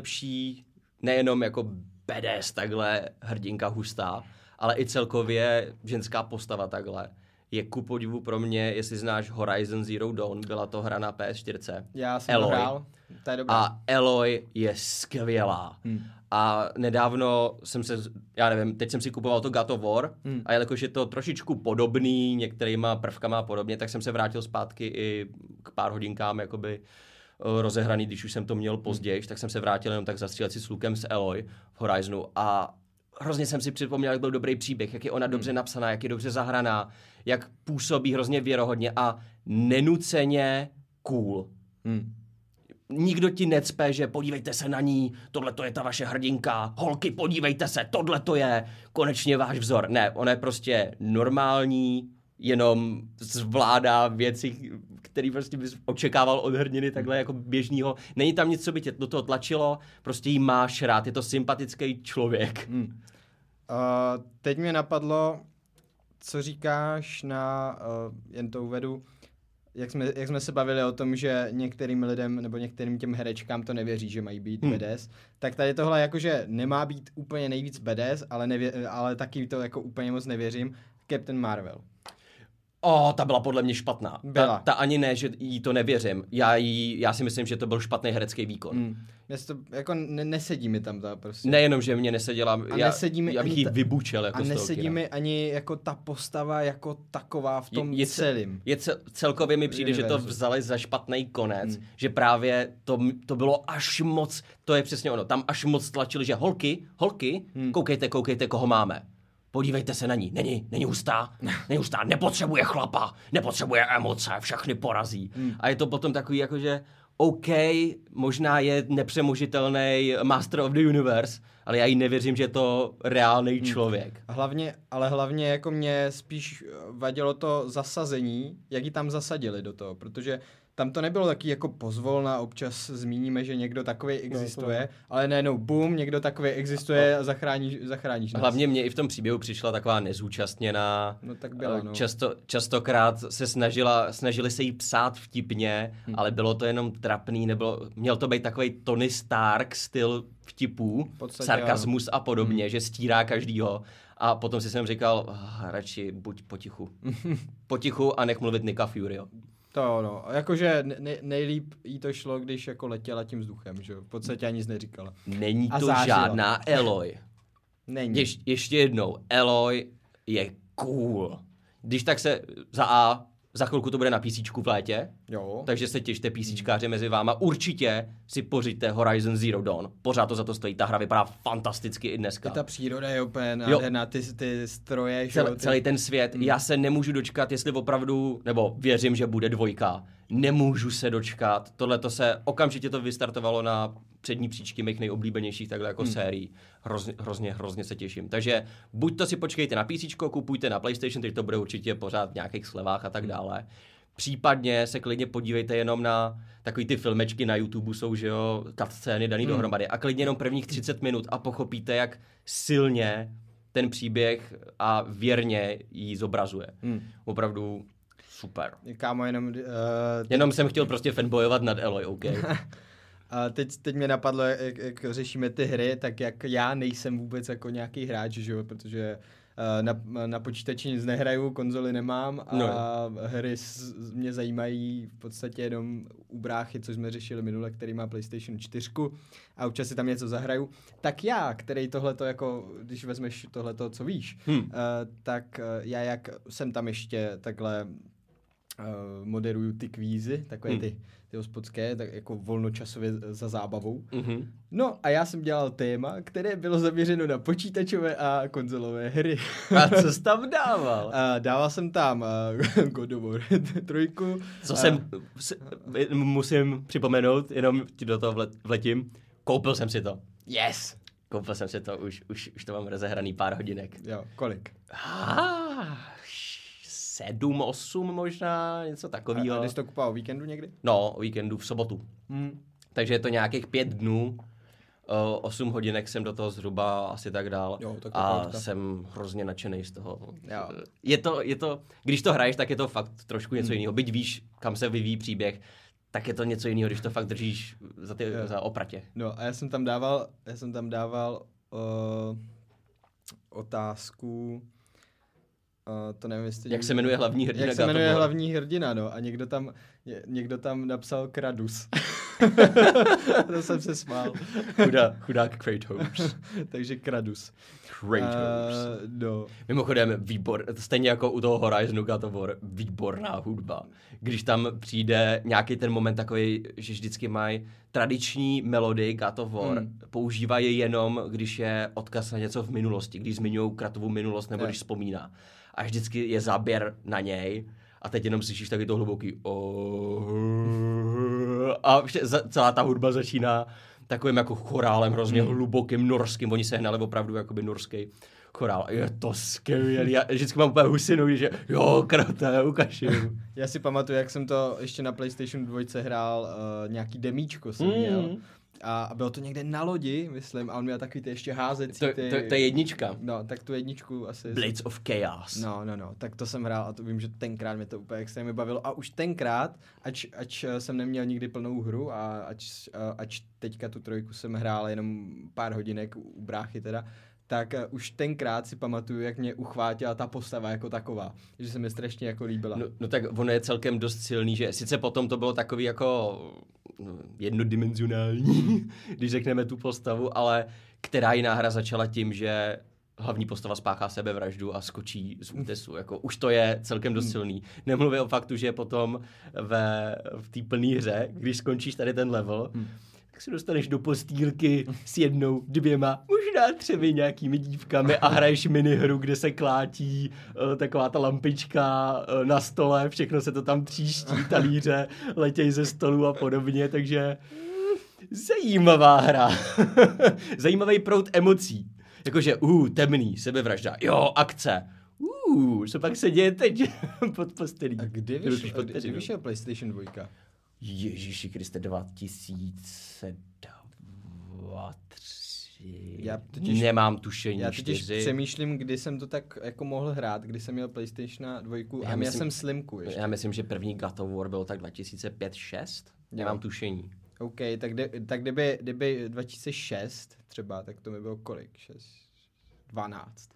[SPEAKER 2] nejlepší, nejenom jako BDS takhle hrdinka hustá, ale i celkově ženská postava takhle je ku podivu pro mě, jestli znáš Horizon Zero Dawn, byla to hra na PS4.
[SPEAKER 1] Já jsem
[SPEAKER 2] Eloy.
[SPEAKER 1] Eloy. hrál, to je dobré.
[SPEAKER 2] A Eloy je skvělá.
[SPEAKER 1] Hmm.
[SPEAKER 2] A nedávno jsem se, já nevím, teď jsem si kupoval to God of War
[SPEAKER 1] Hmm.
[SPEAKER 2] a jelikož je to trošičku podobný některýma prvkama a podobně, tak jsem se vrátil zpátky i k pár hodinkám jakoby eh, rozehraný, když už jsem to měl později,
[SPEAKER 1] Hmm.
[SPEAKER 2] tak jsem se vrátil jenom tak zastřílet si s lukem s Eloy v Horizonu a hrozně jsem si připomněl, jak byl dobrý příběh, jak je
[SPEAKER 1] Hmm.
[SPEAKER 2] ona dobře napsaná, jak je dobře zahraná, jak působí hrozně věrohodně a nenuceně cool
[SPEAKER 1] Hmm.
[SPEAKER 2] nikdo ti necpe, že podívejte se na ní, tohle to je ta vaše hrdinka, holky, podívejte se, tohle to je konečně váš vzor. Ne, ona je prostě normální, jenom zvládá věci, který prostě bys očekával od hrdiny takhle jako běžného. Není tam nic, co by tě do toho tlačilo, prostě jí máš rád, je to sympatický člověk.
[SPEAKER 1] Hmm. Uh, teď mě napadlo, co říkáš na, uh, jen to uvedu, jak jsme, jak jsme se bavili o tom, že některým lidem nebo některým těm herečkám to nevěří, že mají být
[SPEAKER 2] Hmm.
[SPEAKER 1] hmm. BDS, tak tady tohle jakože nemá být úplně nejvíc BDS, ale, nevě, ale taky to jako úplně moc nevěřím. Captain Marvel.
[SPEAKER 2] O, ta byla podle mě špatná. Ta,
[SPEAKER 1] Byla.
[SPEAKER 2] ta ani ne, že jí to nevěřím. Já, jí, já si myslím, že to byl špatný herecký výkon.
[SPEAKER 1] Hmm. Dnes to, jako ne, nesedí mi tam ta prostě.
[SPEAKER 2] Nejenom, že mě neseděla,
[SPEAKER 1] A
[SPEAKER 2] já,
[SPEAKER 1] nesedí mi
[SPEAKER 2] já bych
[SPEAKER 1] ani
[SPEAKER 2] jí
[SPEAKER 1] ta-
[SPEAKER 2] vybučel jako
[SPEAKER 1] a
[SPEAKER 2] z toho
[SPEAKER 1] nesedí
[SPEAKER 2] kina.
[SPEAKER 1] mi ani jako ta postava jako taková v tom
[SPEAKER 2] Je- je-
[SPEAKER 1] celém.
[SPEAKER 2] Je cel, celkově mi přijde, že to
[SPEAKER 1] Univerzu.
[SPEAKER 2] vzali za špatný konec, hmm. že právě to, m- to bylo až moc, to je přesně ono, tam až moc tlačili, že holky, holky, hmm. koukejte, koukejte, koho máme. Podívejte se na ní, není, není <laughs> hustá, není hustá, nepotřebuje chlapa, nepotřebuje emoce, všechny porazí. Hmm. A je to potom takový jako, že OK, možná je nepřemožitelný Master of the Universe, ale já jí nevěřím, že je to reálný člověk.
[SPEAKER 1] A Hlavně, ale hlavně jako mě spíš eh, vadilo to zasazení, jak ji tam zasadili do toho, protože tam to nebylo taky jako pozvolna, občas zmíníme, že někdo takový existuje, no, ale najednou bum, někdo takový existuje a zachráníš, zachráníš nás.
[SPEAKER 2] Hlavně mě i v tom příběhu přišla taková nezúčastněná. eh,
[SPEAKER 1] No tak byla, no.
[SPEAKER 2] Často, častokrát se snažila, snažili se jí psát vtipně,
[SPEAKER 1] Mhm.
[SPEAKER 2] hmm. ale bylo to jenom trapný, nebylo, měl to být takový Tony Stark styl vtipů,
[SPEAKER 1] podstatě Mhm.
[SPEAKER 2] sarkazmus a podobně, hmm. že stírá každýho. A potom si jsem říkal, "Ah, radši buď
[SPEAKER 1] <laughs>
[SPEAKER 2] potichu. potichu a nech mluvit Nika Furio.
[SPEAKER 1] To no, jakože ne, nejlíp jí to šlo, když jako letěla tím vzduchem, že jo, v podstatě ani nic neříkala.
[SPEAKER 2] Není
[SPEAKER 1] A
[SPEAKER 2] to
[SPEAKER 1] zářila.
[SPEAKER 2] žádná Eloy.
[SPEAKER 1] <laughs> Není.
[SPEAKER 2] Ješ, ještě jednou, Eloy je cool. Když tak se za A, za chvilku to bude na PC v létě,
[SPEAKER 1] Jo.
[SPEAKER 2] takže se těšte PCčkáři mezi váma. Určitě si pořiďte Horizon Zero Dawn. Pořád to za to stojí, ta hra vypadá fantasticky i dneska.
[SPEAKER 1] I ta příroda je úplně
[SPEAKER 2] Jo.
[SPEAKER 1] nádherná, ty, ty stroje, že jo,
[SPEAKER 2] Cel,
[SPEAKER 1] ty...
[SPEAKER 2] celý ten svět, já se nemůžu dočkat, jestli opravdu, nebo věřím, že bude dvojka. Nemůžu se dočkat. Tohle to se okamžitě to vystartovalo na přední příčky mých nejoblíbenějších takhle jako hmm. sérií. Hrozně, hrozně, hrozně se těším. Takže buď to si počkejte na PC, kupujte na PlayStation, teď to bude určitě pořád v nějakých slevách a tak dále. Případně se klidně podívejte jenom na takový ty filmečky na YouTube, jsou, že jo, scény daný hmm. dohromady. A klidně jenom prvních 30 minut a pochopíte, jak silně ten příběh a věrně ji zobrazuje. Hmm. Opravdu super.
[SPEAKER 1] Kámo, jenom... Uh,
[SPEAKER 2] Jenom jsem chtěl prostě fanbojovat nad Eloy, <laughs> OK.
[SPEAKER 1] A teď, teď mě napadlo, jak, jak řešíme ty hry, tak jak já nejsem vůbec jako nějaký hráč, že jo, protože eh, na, na počítači nic nehraju, konzoli nemám a
[SPEAKER 2] No.
[SPEAKER 1] no. hry s, mě zajímají v podstatě jenom u bráchy, což jsme řešili minule, který má PlayStation 4 a občas si tam něco zahraju. Tak já, který tohleto jako, když vezmeš tohleto, co víš,
[SPEAKER 2] Hmm.
[SPEAKER 1] hmm. tak eh, já jak jsem tam ještě takhle eh, moderuju ty kvízy, takové
[SPEAKER 2] Hmm.
[SPEAKER 1] ty, ty hospodské, tak jako volnočasově za zábavou.
[SPEAKER 2] Mhm.
[SPEAKER 1] No a já jsem dělal téma, které bylo zaměřeno na počítačové a konzolové hry.
[SPEAKER 2] A co jsi tam dával?
[SPEAKER 1] A dával jsem tam eh, <laughs> God of War 3.
[SPEAKER 2] Co jsem, s- musím připomenout, jenom ti do toho vlet- vletím, koupil jsem si to.
[SPEAKER 1] Yes!
[SPEAKER 2] Koupil jsem si to, už, už, už to mám rozehraný pár hodinek.
[SPEAKER 1] Eh, Jo, kolik?
[SPEAKER 2] Ah, sedm, osm možná, něco
[SPEAKER 1] A, a
[SPEAKER 2] takového.
[SPEAKER 1] jsi to kupoval o víkendu někdy?
[SPEAKER 2] No, o víkendu v sobotu.
[SPEAKER 1] Hmm.
[SPEAKER 2] Takže je to nějakých pět dnů, o, osm hodinek jsem do toho zhruba asi tak dál.
[SPEAKER 1] Jo, tak to
[SPEAKER 2] a
[SPEAKER 1] pohodka.
[SPEAKER 2] jsem hrozně nadšený z toho.
[SPEAKER 1] Jo.
[SPEAKER 2] Je to, je to, když to hraješ, tak je to fakt trošku
[SPEAKER 1] Hmm.
[SPEAKER 2] něco jiného. Byť víš, kam se vyvíjí příběh, tak je to něco jiného, když to fakt držíš za, ty,
[SPEAKER 1] Jo.
[SPEAKER 2] za opratě.
[SPEAKER 1] No a já jsem tam eh, dával, já jsem tam dával uh, otázku, Uh, to nevím, jestli...
[SPEAKER 2] Jak se jmenuje hlavní hrdina?
[SPEAKER 1] Jak se jmenuje
[SPEAKER 2] Gátobola?
[SPEAKER 1] hlavní hrdina, no. A někdo tam, ně- někdo tam napsal
[SPEAKER 2] <laughs>
[SPEAKER 1] Kradus. to jsem se smál. <laughs>
[SPEAKER 2] Chudá, chudák Kratos.
[SPEAKER 1] Takže Kradus.
[SPEAKER 2] Kratos.
[SPEAKER 1] Eh, no.
[SPEAKER 2] Mimochodem, výbor, stejně jako u toho Horizonu God of War, výborná hudba. Když tam přijde nějaký ten moment takový, že vždycky mají tradiční melodii God of War,
[SPEAKER 1] Hmm.
[SPEAKER 2] používají jenom, když je odkaz na něco v minulosti, když zmiňují Kratovu minulost nebo
[SPEAKER 1] Jo.
[SPEAKER 2] když vzpomíná. A vždycky je záběr na něj a teď jenom slyšíš taky to hluboký "Oh." a vše, za, celá ta hudba začíná takovým jako chorálem hrozně hlubokým norským, oni sehnali opravdu jakoby norský chorál. Je to skvělý. Já vždycky mám úplně husinu, když je, jo, krate, ukaž jim.
[SPEAKER 1] Já si pamatuju, jak jsem to ještě na PlayStation 2 hrál, uh, nějaký demíčko jsem mm. měl. A, a bylo to někde na lodi, myslím, a on měl takový ty ještě házecí
[SPEAKER 2] To, to,
[SPEAKER 1] ty...
[SPEAKER 2] to, je jednička.
[SPEAKER 1] No, tak tu jedničku asi...
[SPEAKER 2] Blades of Chaos.
[SPEAKER 1] No, no, no, tak to jsem hrál a to vím, že tenkrát mě to úplně extrémně bavilo a už tenkrát, ač, ač eh, jsem neměl nikdy plnou hru a ač, eh, ač teďka tu trojku jsem hrál jenom pár hodinek u- u bráchy teda, tak eh, už tenkrát si pamatuju, jak mě uchvátila ta postava jako taková, že se mi strašně jako líbila.
[SPEAKER 2] No, no tak ono je celkem dost silný, že sice potom to bylo takový jako no, jednodimenzionální, <laughs> když řekneme tu postavu, ale která jiná hra začala tím, že hlavní postava spáchá sebevraždu a skočí z útesu. Jako, už to je celkem dost silný. Nemluvě o faktu, že potom ve, v té plné hře, když skončíš tady ten level, tak se dostaneš do postýlky s jednou, dvěma, možná třemi nějakými dívkami a hraješ minihru, kde se klátí eh, taková ta lampička eh, na stole, všechno se to tam tříští, talíře letěj ze stolu a podobně, takže zajímavá hra. <laughs> Zajímavý prout emocí. Jakože, uh, temný, sebevražda, jo, akce. Uh, co pak se děje teď <laughs> pod postelí?
[SPEAKER 1] A kdy,
[SPEAKER 2] Nebo
[SPEAKER 1] vyš,
[SPEAKER 2] spíš
[SPEAKER 1] a
[SPEAKER 2] pod
[SPEAKER 1] kdy
[SPEAKER 2] peřinou.
[SPEAKER 1] vyšel PlayStation 2?
[SPEAKER 2] Ježíši Kriste 2003.
[SPEAKER 1] Já totiž-
[SPEAKER 2] Nemám tušení.
[SPEAKER 1] Já totiž
[SPEAKER 2] čtyři.
[SPEAKER 1] přemýšlím, kdy jsem to tak jako mohl hrát, kdy jsem měl PlayStation 2 a měl
[SPEAKER 2] Já myslím-
[SPEAKER 1] jsem Slimku ještě.
[SPEAKER 2] Já myslím, že první God of War byl tak 2005-6. Nemám tušení.
[SPEAKER 1] OK, tak, de, tak kdyby, kdyby 2006 třeba, tak to mi bylo kolik? 6, 12.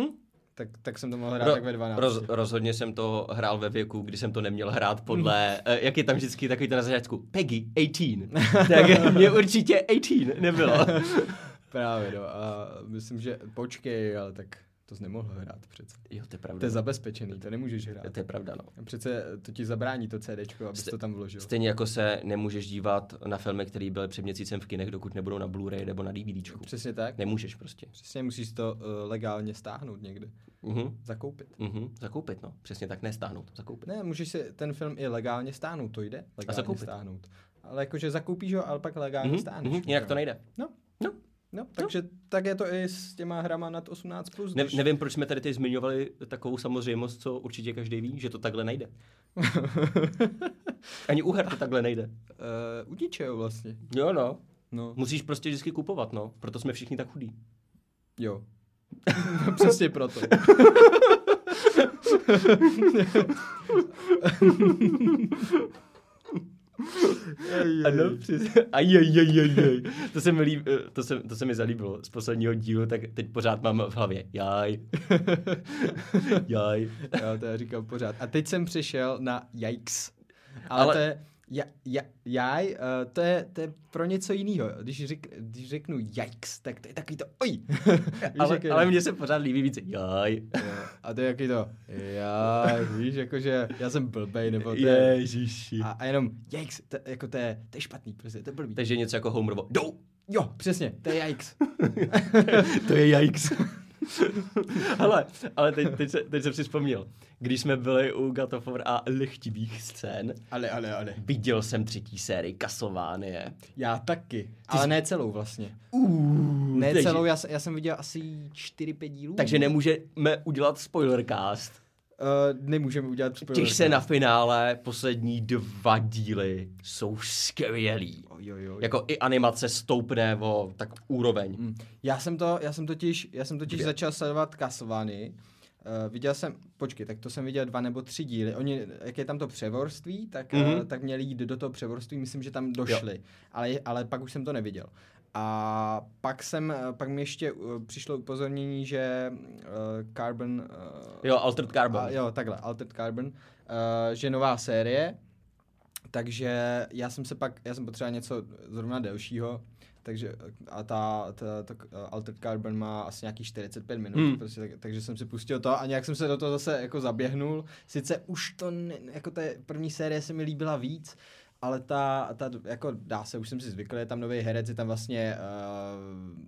[SPEAKER 2] Hm?
[SPEAKER 1] Tak, tak jsem to mohl hrát tak ve 12.
[SPEAKER 2] roz, rozhodně jsem to hrál ve věku, kdy jsem to neměl hrát
[SPEAKER 1] <laughs>
[SPEAKER 2] podle, eh, jak je tam vždycky takový ten na začátku, Peggy 18. tak mě určitě 18 nebylo.
[SPEAKER 1] <laughs> <laughs> Právě, no. A myslím, že počkej, ale tak to jsi nemohl hrát přece.
[SPEAKER 2] jo, to je pravda.
[SPEAKER 1] To je zabezpečený, to nemůžeš hrát.
[SPEAKER 2] to je pravda, no.
[SPEAKER 1] Přece to ti zabrání to CDčko, abys
[SPEAKER 2] Jste-
[SPEAKER 1] to tam vložil.
[SPEAKER 2] Stejně jako se nemůžeš dívat na filmy, které byly před měsícem v kinech, dokud nebudou na Blu-ray nebo na DVDčku.
[SPEAKER 1] Přesně tak.
[SPEAKER 2] Nemůžeš prostě.
[SPEAKER 1] Přesně musíš to uh, legálně stáhnout někde.
[SPEAKER 2] Mhm.
[SPEAKER 1] Zakoupit.
[SPEAKER 2] Mhm. Zakoupit, no. Přesně tak, nestáhnout, zakoupit.
[SPEAKER 1] Ne, můžeš si ten film i legálně stáhnout, to jde. Legálně
[SPEAKER 2] zakoupit.
[SPEAKER 1] stáhnout. Ale jakože zakoupíš ho, ale pak legálně
[SPEAKER 2] Mhm.
[SPEAKER 1] stáhneš.
[SPEAKER 2] Mhm. Jinak to
[SPEAKER 1] No.
[SPEAKER 2] nejde.
[SPEAKER 1] No.
[SPEAKER 2] No.
[SPEAKER 1] No, takže tak je to i s těma hrama nad 18+. Plus,
[SPEAKER 2] Ne, nevím, proč jsme tady teď zmiňovali takovou samozřejmost, co určitě každý ví, že to
[SPEAKER 1] <laughs>
[SPEAKER 2] takhle nejde. Ani u her to takhle nejde.
[SPEAKER 1] Uh, u ničeho vlastně.
[SPEAKER 2] Jo, no.
[SPEAKER 1] No,
[SPEAKER 2] Musíš prostě vždycky kupovat, no. Proto jsme všichni tak chudí.
[SPEAKER 1] jo. <laughs> Přesně
[SPEAKER 2] <laughs>
[SPEAKER 1] proto.
[SPEAKER 2] Ano, přesně. Ajajajajaj. To se mi, líb, eh, to se, to se mi zalíbilo z posledního dílu, tak teď pořád mám v hlavě. Jaj.
[SPEAKER 1] <laughs>
[SPEAKER 2] Jaj.
[SPEAKER 1] Já to já říkám pořád. A teď jsem přišel na yikes. Ale,
[SPEAKER 2] Ale-
[SPEAKER 1] Ale... to je... Ja, ja, jaj, uh, to, je, to je pro něco jiného. Když, řek, když řeknu yikes, tak to je takový to oj. Víš,
[SPEAKER 2] Ale,
[SPEAKER 1] jak je-
[SPEAKER 2] ale mně se pořád líbí víc. Jaj.
[SPEAKER 1] Jo. A to je jaký to, já, víš, jakože já jsem blbej, nebo to je,
[SPEAKER 2] Ježíši.
[SPEAKER 1] a, a jenom, yikes, to, jako to je, to je špatný, prostě, to je blbý.
[SPEAKER 2] Takže něco jako Homerovo.
[SPEAKER 1] <laughs>
[SPEAKER 2] Jdou.
[SPEAKER 1] Jo, přesně, to je yikes.
[SPEAKER 2] to je <laughs> jajks. ale ale teď, teď, se, teď jsem si vzpomněl. Když jsme byli u God of War a lechtivých scén,
[SPEAKER 1] Ale, ale, ale.
[SPEAKER 2] viděl jsem třetí sérii Kasovánie.
[SPEAKER 1] Já taky, ale ne celou vlastně.
[SPEAKER 2] Uuu,
[SPEAKER 1] Ne
[SPEAKER 2] takže,
[SPEAKER 1] celou, já, jsem- já jsem viděl asi 4-5 dílů.
[SPEAKER 2] takže nemůžeme udělat spoilercast.
[SPEAKER 1] Uh, nemůžeme udělat
[SPEAKER 2] Těž se na finále, poslední dva díly jsou skvělý.
[SPEAKER 1] Jo, jo, jo.
[SPEAKER 2] Jako i animace stoupne o tak úroveň.
[SPEAKER 1] Mm. Já jsem to, já jsem totiž, já jsem totiž
[SPEAKER 2] Dvě.
[SPEAKER 1] začal sledovat Castlevany, eh, Uh, viděl jsem, počkej, tak to jsem viděl dva nebo tři díly. Oni, jak je tam to převorství, tak,
[SPEAKER 2] Mhm.
[SPEAKER 1] mm-hmm. uh, tak měli jít do toho převorství, myslím, že tam došli, ale, ale pak už jsem to neviděl. A pak jsem, eh, pak mi ještě uh, přišlo upozornění, že uh, Carbon... Uh,
[SPEAKER 2] Jo, Altered Carbon.
[SPEAKER 1] a, jo, takhle, Altered Carbon, uh, že nová série, takže já jsem se pak, já jsem potřeboval něco zrovna delšího, takže eh, a ta, ta, ta eh, Altered Carbon má asi nějakých 45 minut,
[SPEAKER 2] Hmm.
[SPEAKER 1] hmm. prostě, tak, takže jsem si pustil to a nějak jsem se do toho zase jako zaběhnul, sice už to, ne, jako ta první série se mi líbila víc, ale ta, ta, jako dá se, už jsem si zvykl, je tam nový herec, je tam vlastně uh,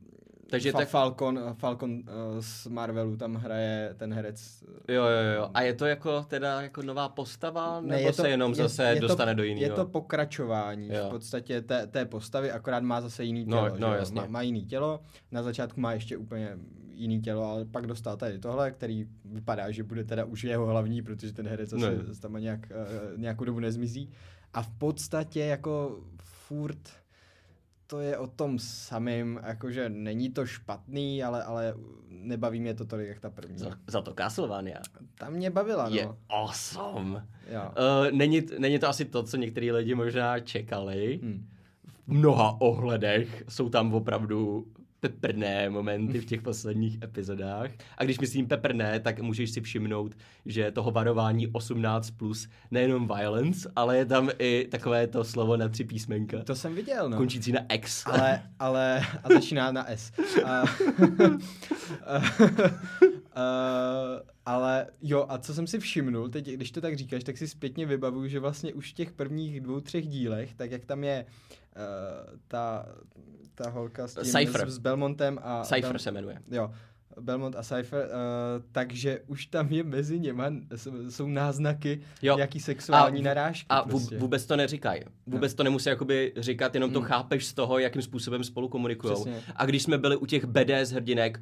[SPEAKER 2] Takže
[SPEAKER 1] Fa-
[SPEAKER 2] tak-
[SPEAKER 1] Falcon, Falcon uh, z Marvelu tam hraje ten herec
[SPEAKER 2] Jo, jo, jo. A je to jako teda jako nová postava, nebo se jenom zase dostane
[SPEAKER 1] to,
[SPEAKER 2] do jiného?
[SPEAKER 1] Je to pokračování
[SPEAKER 2] Jo.
[SPEAKER 1] v podstatě té, té postavy, akorát má zase jiný
[SPEAKER 2] No,
[SPEAKER 1] tělo.
[SPEAKER 2] no,
[SPEAKER 1] že jo?
[SPEAKER 2] jasně.
[SPEAKER 1] Má, má jiný tělo, na začátku má ještě úplně jiný tělo, ale pak dostal tady tohle, který vypadá, že bude teda už jeho hlavní, protože ten herec zase
[SPEAKER 2] No.
[SPEAKER 1] no. tam nějak, eh, nějakou dobu nezmizí. A v podstatě jako furt to je o tom samém, jakože není to špatný, ale, ale nebaví mě to tolik, jak ta první.
[SPEAKER 2] Za, za to Castlevania
[SPEAKER 1] Ta mě bavila, no.
[SPEAKER 2] je awesome.
[SPEAKER 1] Jo.
[SPEAKER 2] Uh, není, t- není to asi to, co některý lidi možná čekali.
[SPEAKER 1] Hm.
[SPEAKER 2] V mnoha ohledech jsou tam opravdu peprné momenty v těch posledních epizodách. A když myslím peprné, tak můžeš si všimnout, že toho varování 18 plus nejenom violence, ale je tam i takové to slovo na tři písmenka,
[SPEAKER 1] To jsem viděl, no.
[SPEAKER 2] končící na X.
[SPEAKER 1] Ale, ale, a začíná na S. A, <laughs> a, a, ale jo, a co jsem si všimnul, teď když to tak říkáš, tak si zpětně vybavuju, že vlastně už v těch prvních dvou, třech dílech, tak jak tam je uh, ta, ta holka s, tím,
[SPEAKER 2] Cypher.
[SPEAKER 1] s, s Belmontem a...
[SPEAKER 2] Cypher
[SPEAKER 1] Bel-
[SPEAKER 2] se jmenuje.
[SPEAKER 1] Jo, Belmont a Cypher, uh, takže už tam je mezi něma, s- jsou náznaky
[SPEAKER 2] Jo.
[SPEAKER 1] jo. nějaký sexuální
[SPEAKER 2] A-
[SPEAKER 1] a, narážky.
[SPEAKER 2] A
[SPEAKER 1] prostě. Hmm.
[SPEAKER 2] prostě. vůbec to neříkají. Vůbec to nemusí jakoby říkat, jenom to chápeš z toho, jakým způsobem spolu komunikují.
[SPEAKER 1] Přesně.
[SPEAKER 2] A když jsme byli u těch BDS hrdinek,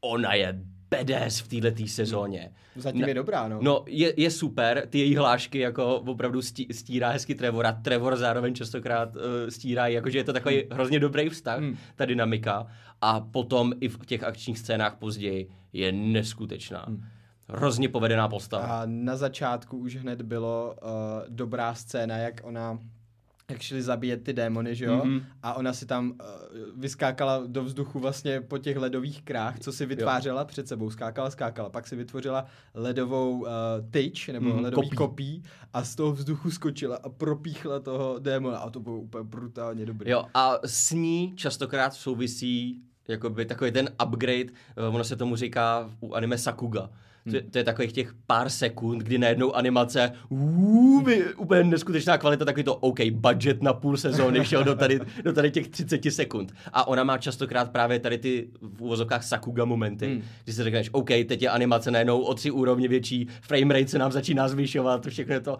[SPEAKER 2] ona je BDS v této sezóně.
[SPEAKER 1] Hmm. Zatím
[SPEAKER 2] Ne-
[SPEAKER 1] je dobrá, no.
[SPEAKER 2] No, je, je super, ty její hlášky jako opravdu stí, stírá hezky Trevora. Trevor zároveň častokrát uh, stírá, jí, jakože je to takový
[SPEAKER 1] Hmm.
[SPEAKER 2] hrozně dobrý vztah,
[SPEAKER 1] Mm.
[SPEAKER 2] ta dynamika. A potom i v těch akčních scénách později je neskutečná.
[SPEAKER 1] Hmm.
[SPEAKER 2] Hrozně povedená postava.
[SPEAKER 1] A na začátku už hned bylo uh, dobrá scéna, jak ona jak šli zabíjet ty démony, že jo?
[SPEAKER 2] Mhm.
[SPEAKER 1] Mm-hmm. A ona si tam uh, vyskákala do vzduchu vlastně po těch ledových krách, co si vytvářela jo. před sebou. Skákala, skákala. Pak si vytvořila ledovou uh, tyč, nebo
[SPEAKER 2] Mhm,
[SPEAKER 1] mm, ledový
[SPEAKER 2] kopí.
[SPEAKER 1] kopí. kopí a z toho vzduchu skočila a propíchla toho démona. A to bylo úplně brutálně dobrý.
[SPEAKER 2] Jo, a s ní častokrát souvisí jakoby takový ten upgrade, eh, ono se tomu říká u anime Sakuga. To, je- to je takových těch pár sekund, kdy najednou animace, uuu, vy- úplně neskutečná kvalita, takový to OK, budget na půl sezóny šel do tady, do tady těch 30 sekund. A ona má častokrát právě tady ty v úvozovkách Sakuga momenty, hmm. kdy si řekneš, OK, teď je animace najednou o tři úrovně větší, frame rate se nám začíná zvyšovat, všechno je to.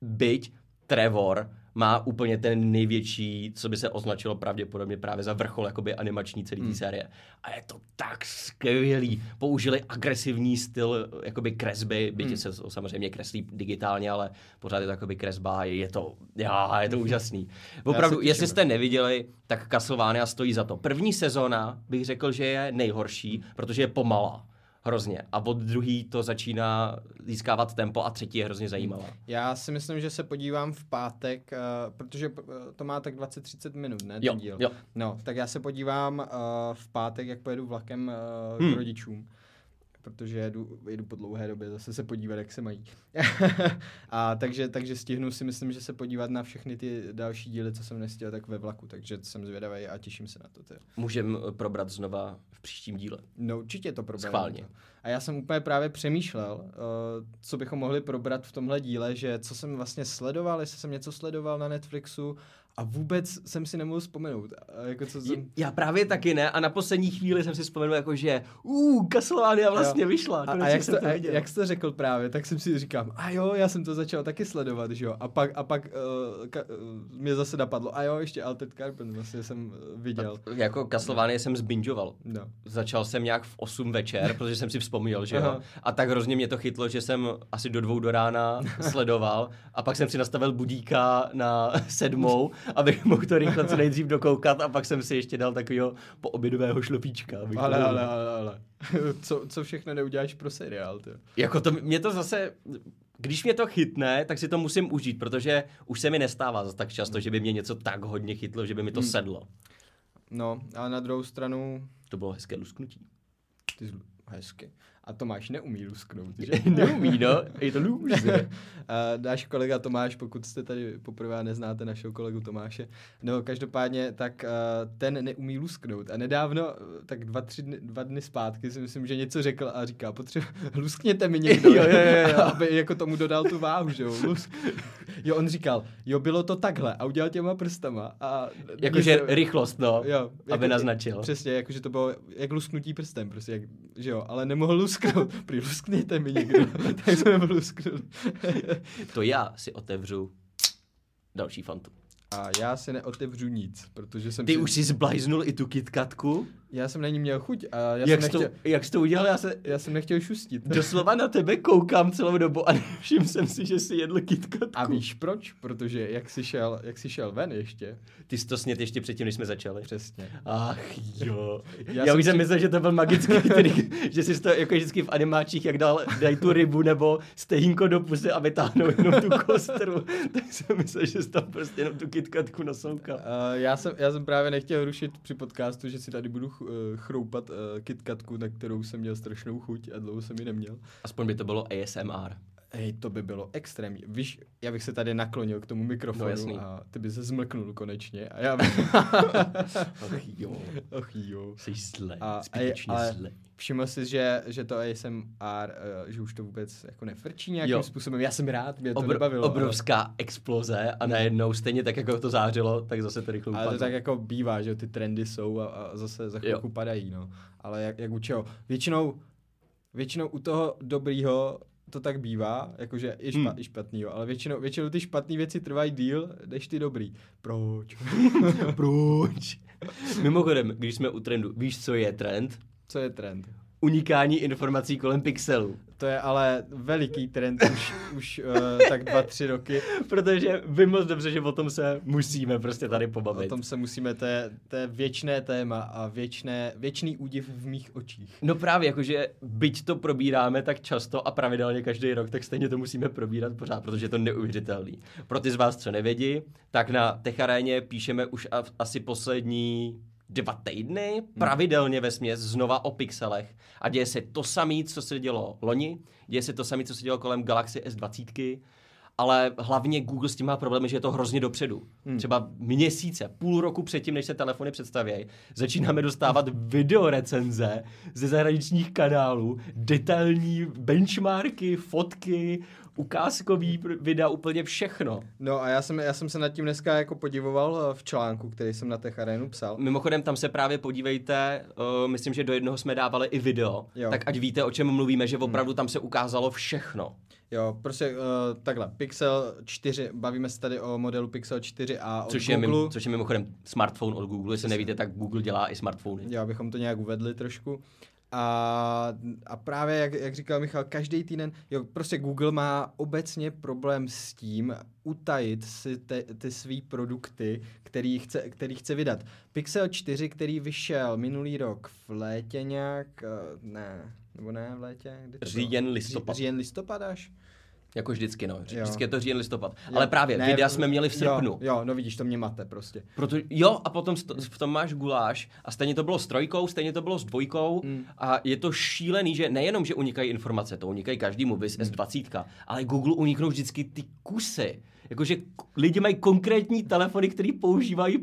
[SPEAKER 2] Byť Trevor má úplně ten největší, co by se označilo pravděpodobně právě za vrchol jakoby animační celý té série. A je to tak skvělý. Použili agresivní styl jakoby kresby, byť se to samozřejmě kreslí digitálně, ale pořád je to jakoby kresba, je to, já, je to úžasný. Opravdu,
[SPEAKER 1] těším.
[SPEAKER 2] jestli jste neviděli, tak Castlevania stojí za to. První sezóna bych řekl, že je nejhorší, protože je pomalá. Hrozně. A od druhý to začíná získávat tempo a třetí je hrozně zajímavá.
[SPEAKER 1] Já si myslím, že se podívám v pátek, uh, protože eh, to má tak 20-30 minut, ne? ten
[SPEAKER 2] Jo,
[SPEAKER 1] díl.
[SPEAKER 2] jo.
[SPEAKER 1] No, tak já se podívám uh, v pátek, jak pojedu vlakem uh,
[SPEAKER 2] Hmm.
[SPEAKER 1] k rodičům. Protože jedu, jedu po dlouhé době zase se podívat, jak se mají. <laughs> a takže, takže stihnu si myslím, že se podívat na všechny ty další díly, co jsem nestihl, tak ve vlaku. Takže jsem zvědavý a těším se na to. Teda.
[SPEAKER 2] můžeme eh, probrat znova v příštím díle.
[SPEAKER 1] No určitě to probereme.
[SPEAKER 2] Schválně.
[SPEAKER 1] A já jsem úplně právě přemýšlel, eh, co bychom mohli probrat v tomhle díle, že co jsem vlastně sledoval, jestli jsem něco sledoval na Netflixu a vůbec jsem si nemohl vzpomenout. eh, Jako co
[SPEAKER 2] Je-
[SPEAKER 1] jsem...
[SPEAKER 2] Já právě taky ne a na poslední chvíli jsem si vzpomenul jako, že uh, Castlevania vlastně
[SPEAKER 1] Jo.
[SPEAKER 2] vyšla,
[SPEAKER 1] A,
[SPEAKER 2] konečně
[SPEAKER 1] a jak,
[SPEAKER 2] jsem
[SPEAKER 1] jste,
[SPEAKER 2] to,
[SPEAKER 1] a,
[SPEAKER 2] viděl.
[SPEAKER 1] jak jste řekl právě, tak jsem si říkám, a jo, já jsem to začal taky sledovat, že jo, a pak, a pak uh, ka, uh, mě zase napadlo, a jo, ještě Altered Carbon vlastně jsem eh, viděl,
[SPEAKER 2] Jako Castlevania jsem zbinžoval.
[SPEAKER 1] no.
[SPEAKER 2] Začal jsem nějak v 8 večer, protože jsem si vzpomněl, že
[SPEAKER 1] Aha.
[SPEAKER 2] jo. A tak hrozně mě to chytlo, že jsem asi do dvou do rána sledoval a pak jsem si nastavil budíka na sedmou, abych mohl to rychle co nejdřív dokoukat a pak jsem si ještě dal takového poobědového šlopíčka. abych to
[SPEAKER 1] Ale,
[SPEAKER 2] dal.
[SPEAKER 1] ale, ale, ale. <laughs> Co, co všechno neuděláš pro seriál, ty?
[SPEAKER 2] Jako to, mě to zase, když mě to chytne, tak si to musím užít, protože už se mi nestává zase tak často, že by mě něco tak hodně chytlo, že by mi to
[SPEAKER 1] Hmm.
[SPEAKER 2] sedlo.
[SPEAKER 1] No, a na druhou stranu,
[SPEAKER 2] To bylo
[SPEAKER 1] <laughs>
[SPEAKER 2] hezké lusknutí.
[SPEAKER 1] ty zlu... hezky. A Tomáš neumí lusknout, že? <laughs>
[SPEAKER 2] Neumí, no. Je to lůže.
[SPEAKER 1] Eh, Náš kolega Tomáš, pokud jste tady poprvé a neznáte našeho kolegu Tomáše, no každopádně, tak eh, ten neumí lusknout. A nedávno, eh, tak dva, tři dny, dva dny zpátky, si myslím, že něco řekl a říká, potřeba, <laughs> luskněte mi někdo,
[SPEAKER 2] Jo, jo, jo,
[SPEAKER 1] <laughs>
[SPEAKER 2] jo.
[SPEAKER 1] aby jako tomu dodal tu váhu, že jo, lusk. Jo, on říkal, jo, bylo to takhle a udělal těma prstama. A
[SPEAKER 2] Jakože
[SPEAKER 1] něco-
[SPEAKER 2] rychlost, no.
[SPEAKER 1] Jo, jako
[SPEAKER 2] aby naznačil.
[SPEAKER 1] Přesně, jakože to bylo jak lusknutí prstem, prostě, jak, že jo, ale nemohl lusknout, <laughs> prý luskněte mi někdo, <laughs> tak jsem lusknul.
[SPEAKER 2] To já si otevřu další fantu.
[SPEAKER 1] <laughs> A já si neotevřu nic, protože jsem
[SPEAKER 2] Ty
[SPEAKER 1] si,
[SPEAKER 2] už si zblajznul i tu kitkatku?
[SPEAKER 1] já jsem na ní měl chuť a já
[SPEAKER 2] Jak,
[SPEAKER 1] jsem,
[SPEAKER 2] jsi
[SPEAKER 1] nechtěl,
[SPEAKER 2] to, jak jsi to udělal? Já se
[SPEAKER 1] já jsem nechtěl šustit.
[SPEAKER 2] doslova na tebe koukám celou dobu a nevšiml jsem si, že jsi jedl kitkatku.
[SPEAKER 1] A víš proč? Protože jak jsi šel, jak jsi šel ven ještě,
[SPEAKER 2] Ty jsi to snět ještě předtím, než jsme začali.
[SPEAKER 1] přesně.
[SPEAKER 2] Ach jo.
[SPEAKER 1] Já
[SPEAKER 2] Já, já
[SPEAKER 1] jsem
[SPEAKER 2] už jsem
[SPEAKER 1] si-
[SPEAKER 2] myslel, že to byl <laughs> magický trik, že si to jako vždycky v animáčích, jak dal, dají tu rybu nebo stejínko do pusy a vytáhnou jenom tu kostru. <laughs> tak jsem myslel, že jsi tam prostě jenom tu kitkatku nasoukal.
[SPEAKER 1] Uh, já, jsem, já jsem právě nechtěl rušit při podcastu, že si tady budu ch- eh, chroupat uh, kitkatku, na kterou jsem měl strašnou chuť a dlouho jsem ji neměl.
[SPEAKER 2] Aspoň by to bylo ASMR.
[SPEAKER 1] Hej, to by bylo extrémní. Víš, já bych se tady naklonil k tomu mikrofonu
[SPEAKER 2] No, jasný.
[SPEAKER 1] a ty by se zmlknul konečně. A já bych...
[SPEAKER 2] <laughs> Ach jo.
[SPEAKER 1] Och jo.
[SPEAKER 2] Jsi zlej,
[SPEAKER 1] A- a-
[SPEAKER 2] zbytečně
[SPEAKER 1] ale-
[SPEAKER 2] zlej.
[SPEAKER 1] Všiml jsi, že, že to ASMR, eh, že už to vůbec jako nefrčí nějakým jo.
[SPEAKER 2] Jo.
[SPEAKER 1] způsobem. Já jsem rád, mě to
[SPEAKER 2] Obr-
[SPEAKER 1] nebavilo. Hmm.
[SPEAKER 2] obrovská exploze a najednou stejně tak, jako to zářilo, tak zase to rychle
[SPEAKER 1] Ale, ale to
[SPEAKER 2] upadlo.
[SPEAKER 1] tak jako bývá, že jo, ty trendy jsou a, a zase za chvilku padají, no. Ale jak, jak u čeho? Většinou, většinou u toho dobrýho to tak bývá, jakože i, špa,
[SPEAKER 2] Hmm.
[SPEAKER 1] i špatnýho, ale většinou, většinou ty špatné věci trvají díl, než ty dobrý.
[SPEAKER 2] <laughs>
[SPEAKER 1] Proč? jako-
[SPEAKER 2] Proč? Mimochodem, když jsme u trendu, víš, co je trend?
[SPEAKER 1] Co je trend?
[SPEAKER 2] Unikání informací kolem pixelů.
[SPEAKER 1] To je ale veliký trend už, už uh, tak dva, tři roky.
[SPEAKER 2] Protože vím moc dobře, že o tom se musíme prostě tady pobavit.
[SPEAKER 1] O tom se musíme, to je, to je věčné téma a věčné, věčný údiv v mých očích.
[SPEAKER 2] No právě, jakože byť to probíráme tak často a pravidelně každý rok, tak stejně to musíme probírat pořád, protože je to neuvěřitelný. Pro ty z vás, co nevědí, tak na Techaréně píšeme už a- asi poslední dva týdny, pravidelně ve směs znova o pixelech. A děje se to samé, co se dělo loni, děje se to samé, co se dělo kolem Galaxy S20, ale hlavně Google s tím má problémy, že je to hrozně dopředu. Hmm. Třeba měsíce, půl roku předtím, než se telefony představějí, začínáme dostávat videorecenze ze zahraničních kanálů, detailní benchmarky, fotky, ukázkový pr- videa, úplně všechno.
[SPEAKER 1] No a já jsem, já jsem se nad tím dneska jako podivoval eh, v článku, který jsem na Tech Arenu psal.
[SPEAKER 2] Mimochodem, tam se právě podívejte, uh, myslím, že do jednoho jsme dávali i video,
[SPEAKER 1] Jo. Hmm.
[SPEAKER 2] jo. tak ať víte, o čem mluvíme, že opravdu tam se ukázalo všechno.
[SPEAKER 1] Jo, prostě uh, takhle, Pixel 4, bavíme se tady o modelu Pixel 4a od
[SPEAKER 2] Což je,
[SPEAKER 1] Google.
[SPEAKER 2] mimo, což je mimochodem smartphone od Google, jestli nevíte, tak Google dělá i smartphony.
[SPEAKER 1] Jo, abychom to nějak uvedli trošku. A, a právě, jak, jak říkal Michal, každý týden, jo, prostě Google má obecně problém s tím utajit si te, ty svý produkty, který chce, který chce vydat. Pixel 4, který vyšel minulý rok v létě nějak, eh, ne, nebo ne v létě? Kdy to bylo?
[SPEAKER 2] Říjen, listopad.
[SPEAKER 1] Ří- Říjen, listopad až?
[SPEAKER 2] Jako vždycky, no. Vždy-
[SPEAKER 1] Jo.
[SPEAKER 2] Vždycky je to říjen listopad.
[SPEAKER 1] Jo,
[SPEAKER 2] Ale právě,
[SPEAKER 1] ne,
[SPEAKER 2] videa jsme měli v srpnu.
[SPEAKER 1] Jo, jo, no vidíš, to mě mate prostě.
[SPEAKER 2] Proto, jo, a potom sto, v tom máš guláš a stejně to bylo s trojkou, stejně to bylo s dvojkou
[SPEAKER 1] Mm.
[SPEAKER 2] mm. a je to šílený, že nejenom, že unikají informace, to unikají každému, vys
[SPEAKER 1] Hmm.
[SPEAKER 2] S20, ale Google uniknou vždycky ty kusy. Jakože k- lidi mají konkrétní telefony, které používají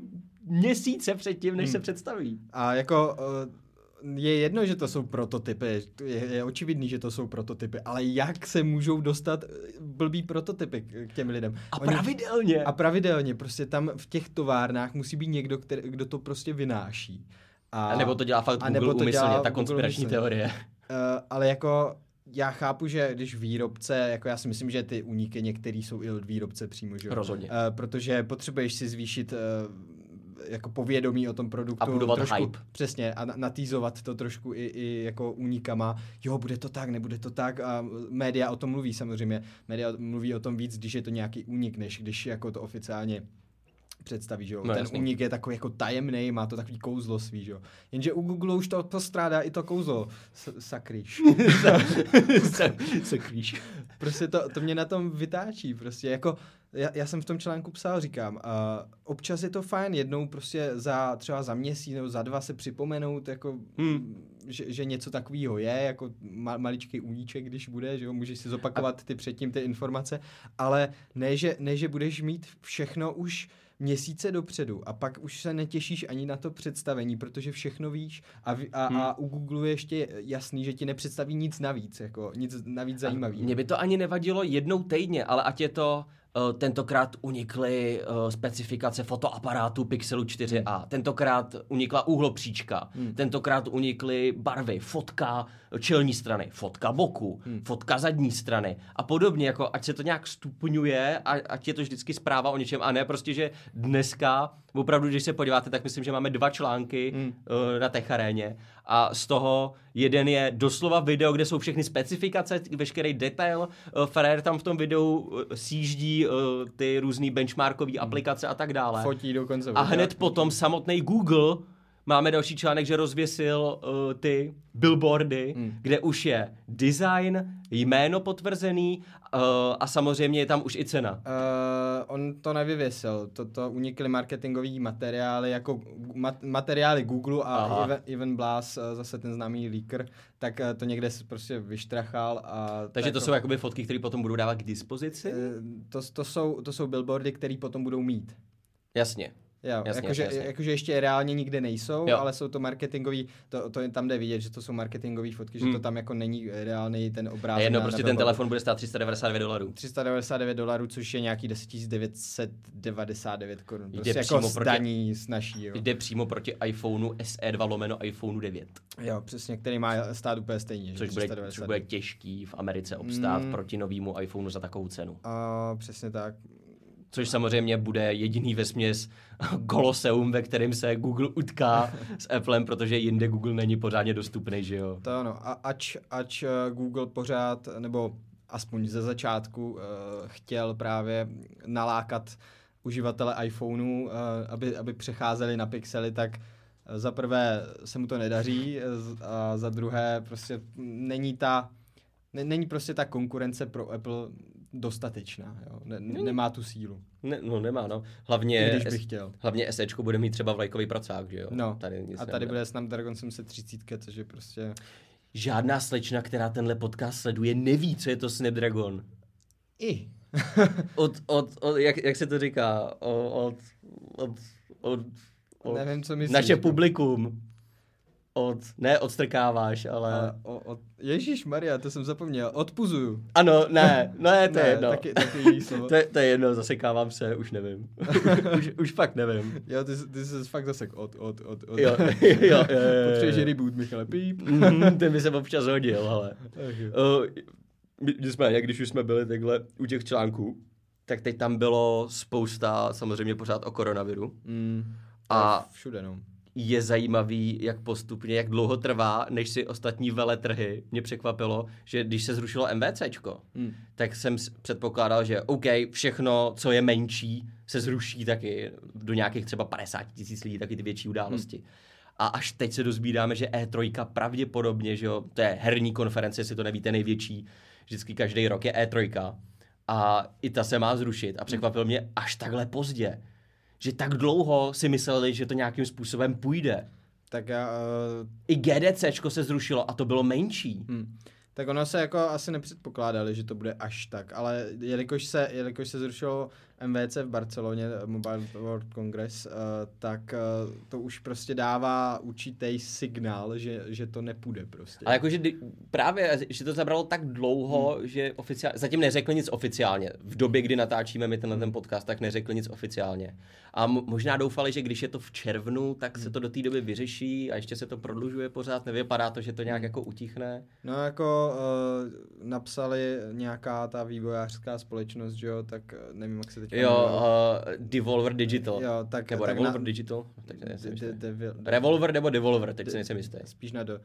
[SPEAKER 2] měsíce předtím,
[SPEAKER 1] Hmm.
[SPEAKER 2] než se představí.
[SPEAKER 1] A jako eh, je jedno, že to jsou prototypy, je, je očividný, že to jsou prototypy, ale jak se můžou dostat eh, blbý prototypy k k těm lidem?
[SPEAKER 2] A pravidelně.
[SPEAKER 1] A pravidelně, prostě tam v těch továrnách musí být někdo, který, kdo to prostě vynáší.
[SPEAKER 2] A nebo to dělá fakt
[SPEAKER 1] a
[SPEAKER 2] Google
[SPEAKER 1] nebo to dělá
[SPEAKER 2] umyslně, ta
[SPEAKER 1] Google
[SPEAKER 2] konspirační
[SPEAKER 1] úmyslně.
[SPEAKER 2] teorie.
[SPEAKER 1] Eh, ale jako já chápu, že když výrobce, jako já si myslím, že ty úniky některý jsou i od výrobce přímo, že jo?
[SPEAKER 2] Rozhodně.
[SPEAKER 1] Eh, protože potřebuješ si zvýšit eh, jako povědomí o tom produktu.
[SPEAKER 2] A budovat
[SPEAKER 1] trošku,
[SPEAKER 2] hype.
[SPEAKER 1] Přesně, a na- natýzovat to trošku i, i jako únikama. Jo, bude to tak, nebude to tak. A média o tom mluví samozřejmě. Média mluví o tom víc, když je to nějaký únik, než když jako to oficiálně představí, že jo.
[SPEAKER 2] No,
[SPEAKER 1] No, Ten
[SPEAKER 2] jasný.
[SPEAKER 1] únik je takový jako tajemný, má to takový kouzlo svý, že jo. Jenže u Google už to postrádá i to kouzlo. S- sakryš.
[SPEAKER 2] <laughs> Co kvíš?
[SPEAKER 1] Prostě to, to mě na tom vytáčí, prostě jako já, já jsem v tom článku psal, říkám, uh, občas je to fajn, jednou prostě za třeba za měsíc nebo za dva se připomenout, jako,
[SPEAKER 2] Hmm.
[SPEAKER 1] hmm. že, že něco takového je, jako ma, maličký úníček, když bude, že jo, můžeš si zopakovat ty předtím ty informace, ale ne že, ne, že budeš mít všechno už měsíce dopředu a pak už se netěšíš ani na to představení, protože všechno víš a, vy- a,
[SPEAKER 2] Hmm.
[SPEAKER 1] hmm. a u Google je ještě jasný, že ti nepředstaví nic navíc, jako nic navíc zajímavého.
[SPEAKER 2] Mně by to ani nevadilo jednou týdně, ale ať je to eh, tentokrát unikly eh, specifikace fotoaparátu Pixelu 4a, tentokrát unikla úhlopříčka,
[SPEAKER 1] Hmm.
[SPEAKER 2] tentokrát unikly barvy, fotka čelní strany, fotka boku,
[SPEAKER 1] Hmm.
[SPEAKER 2] fotka zadní strany a podobně, jako ať se to nějak stupňuje a ať je to vždycky zpráva o něčem a ne prostě, že dneska, opravdu, když se podíváte, tak myslím, že máme dva články
[SPEAKER 1] Hmm.
[SPEAKER 2] eh, na Techaréně a z toho jeden je doslova video, kde jsou všechny specifikace, veškerý detail. Eh, Ferrer tam v tom videu eh, sjíždí eh, ty různé benchmarkové aplikace a tak dále.
[SPEAKER 1] Mhm. Fotí dokonce.
[SPEAKER 2] A hned potom samotný Google máme další článek, že rozvěsil uh, ty billboardy,
[SPEAKER 1] Mhm.
[SPEAKER 2] mm. kde už je design, jméno potvrzený uh, a samozřejmě je tam už i cena.
[SPEAKER 1] Uh, on to nevyvěsil, toto unikly marketingový materiály, jako gu- mat, materiály Google
[SPEAKER 2] Aha.
[SPEAKER 1] a Ivan, Ivan Blas, eh, zase ten známý leaker, tak eh, to někde s- prostě vyštrachal. A
[SPEAKER 2] Takže
[SPEAKER 1] tak-
[SPEAKER 2] to jsou jakoby fotky, které potom budou dávat k dispozici?
[SPEAKER 1] eh, to, to, jsou, to jsou billboardy, které potom budou mít.
[SPEAKER 2] Jasně.
[SPEAKER 1] Jo,
[SPEAKER 2] Jasně,
[SPEAKER 1] jakože,
[SPEAKER 2] jasně, jasně.
[SPEAKER 1] jakože ještě reálně nikde nejsou,
[SPEAKER 2] Jo.
[SPEAKER 1] jo. ale jsou to marketingový, to, to je tam jde vidět, že to jsou marketingové fotky, že
[SPEAKER 2] Hmm.
[SPEAKER 1] to tam jako není reálný ten
[SPEAKER 2] A
[SPEAKER 1] obrázek. na-
[SPEAKER 2] jedno
[SPEAKER 1] na
[SPEAKER 2] prostě ten
[SPEAKER 1] billboardu.
[SPEAKER 2] telefon bude stát 399 dolarů.
[SPEAKER 1] 399 dolarů, což je nějaký 10 999 korun.
[SPEAKER 2] Jde
[SPEAKER 1] Prostě jako
[SPEAKER 2] přímo
[SPEAKER 1] s
[SPEAKER 2] proti-
[SPEAKER 1] daní s naší, jo.
[SPEAKER 2] Jde přímo proti iPhoneu SE2 lomeno iPhoneu 9,
[SPEAKER 1] jo. přesně, který má stát úplně stejně. že
[SPEAKER 2] což bude, což
[SPEAKER 1] 390.
[SPEAKER 2] bude těžký v Americe obstát
[SPEAKER 1] Mm.
[SPEAKER 2] proti novému iPhoneu za takovou cenu.
[SPEAKER 1] A, přesně tak.
[SPEAKER 2] Což samozřejmě bude jediný <laughs> vesměs koloseum, ve kterém se Google utká
[SPEAKER 1] <laughs>
[SPEAKER 2] s Applem, protože jinde Google není pořádně dostupný, že jo?
[SPEAKER 1] To ano, a, ač, ač eh, Google pořád, nebo aspoň ze začátku, uh, chtěl právě nalákat uživatele iPhoneu, uh, aby, aby přecházeli na pixely, tak eh, za prvé se mu to nedaří, eh, z- a za druhé prostě není ta ne- není prostě ta konkurence pro Apple dostatečná, jo? Ne, ne- nemá tu sílu,
[SPEAKER 2] Ne, no nemá, no.
[SPEAKER 1] i
[SPEAKER 2] Hlavně,
[SPEAKER 1] když
[SPEAKER 2] S,
[SPEAKER 1] by chtěl.
[SPEAKER 2] hlavně SEčko bude mít třeba vlajkový pracák, že jo?
[SPEAKER 1] No,
[SPEAKER 2] tady nic
[SPEAKER 1] a tady
[SPEAKER 2] nebude.
[SPEAKER 1] bude Snapdragon 730, což je prostě...
[SPEAKER 2] Žádná slečna, která tenhle podcast sleduje, neví, co je to Snapdragon.
[SPEAKER 1] I. <laughs>
[SPEAKER 2] Od, od, od jak, jak, se to říká? O- Od, od, od, od
[SPEAKER 1] Nevím, co myslíš. jako.
[SPEAKER 2] naše publikum. Od, ne odstrkáváš, ale...
[SPEAKER 1] A o, o, Ježíš Maria, to jsem zapomněl. Odpuzuju.
[SPEAKER 2] Ano, ne, no, ne, to je
[SPEAKER 1] Ne,
[SPEAKER 2] jedno.
[SPEAKER 1] taky- taky jiný slovo.
[SPEAKER 2] to, je, to je jedno, zasekávám se,
[SPEAKER 1] <laughs>
[SPEAKER 2] už nevím. už, už fakt nevím.
[SPEAKER 1] Jo, ty, jsi- ty jsi fakt zase od, od, od, od. <laughs>
[SPEAKER 2] Jo, jo, jo, jo, jo.
[SPEAKER 1] Potřebuješ reboot, Michale. Píp.
[SPEAKER 2] Mhm, Ten by se občas hodil, ale.
[SPEAKER 1] Ach jo.
[SPEAKER 2] Uh, nicméně, když už jsme byli takhle u těch článků, tak teď tam bylo spousta samozřejmě pořád o koronaviru.
[SPEAKER 1] Mm,
[SPEAKER 2] A-
[SPEAKER 1] tak Všude, no.
[SPEAKER 2] Je zajímavý, jak postupně, jak dlouho trvá, než si ostatní veletrhy. Mě překvapilo, že když se zrušilo MVCčko,
[SPEAKER 1] Mm.
[SPEAKER 2] tak jsem s- předpokládal, že OK, všechno, co je menší, se zruší taky do nějakých třeba 50 tisíc lidí, taky ty větší události. A až teď se dozvídáme, že E3 pravděpodobně, že jo, to je herní konference, jestli to nevíte, největší, vždycky každý rok je E3. A i ta se má zrušit. A překvapil mě až takhle pozdě, že tak dlouho si mysleli, že to nějakým způsobem půjde.
[SPEAKER 1] Tak já... Uh,
[SPEAKER 2] I GDCčko se zrušilo a to bylo menší.
[SPEAKER 1] hm. Tak ono se jako asi nepředpokládali, že to bude až tak, ale jelikož se, jelikož se zrušilo MVC v Barceloně, eh, Mobile World Congress, uh, tak uh, to už prostě dává určitý signál, že, že to nepůjde prostě.
[SPEAKER 2] Ale jakože kdy- právě, že to zabralo tak dlouho, hmm. že oficiálně, zatím neřekli nic oficiálně. V době, kdy natáčíme my tenhle ten podcast, tak neřekli nic oficiálně. A m- možná doufali, že když je to v červnu, tak se to do té doby vyřeší a ještě se to prodlužuje pořád. Nevypadá to, že to nějak jako utichne.
[SPEAKER 1] No jako uh, napsali nějaká ta vývojářská společnost, že jo, tak eh, nevím, jak se teď.
[SPEAKER 2] Jo, uh, Devolver Digital.
[SPEAKER 1] Jo, tak-
[SPEAKER 2] nebo
[SPEAKER 1] tak
[SPEAKER 2] Revolver
[SPEAKER 1] na-
[SPEAKER 2] Digital. Tak to nejsem
[SPEAKER 1] De-
[SPEAKER 2] jistý.
[SPEAKER 1] de- devil- de-
[SPEAKER 2] Revolver nebo Devolver, teď se nejsem jistý.
[SPEAKER 1] spíš na do.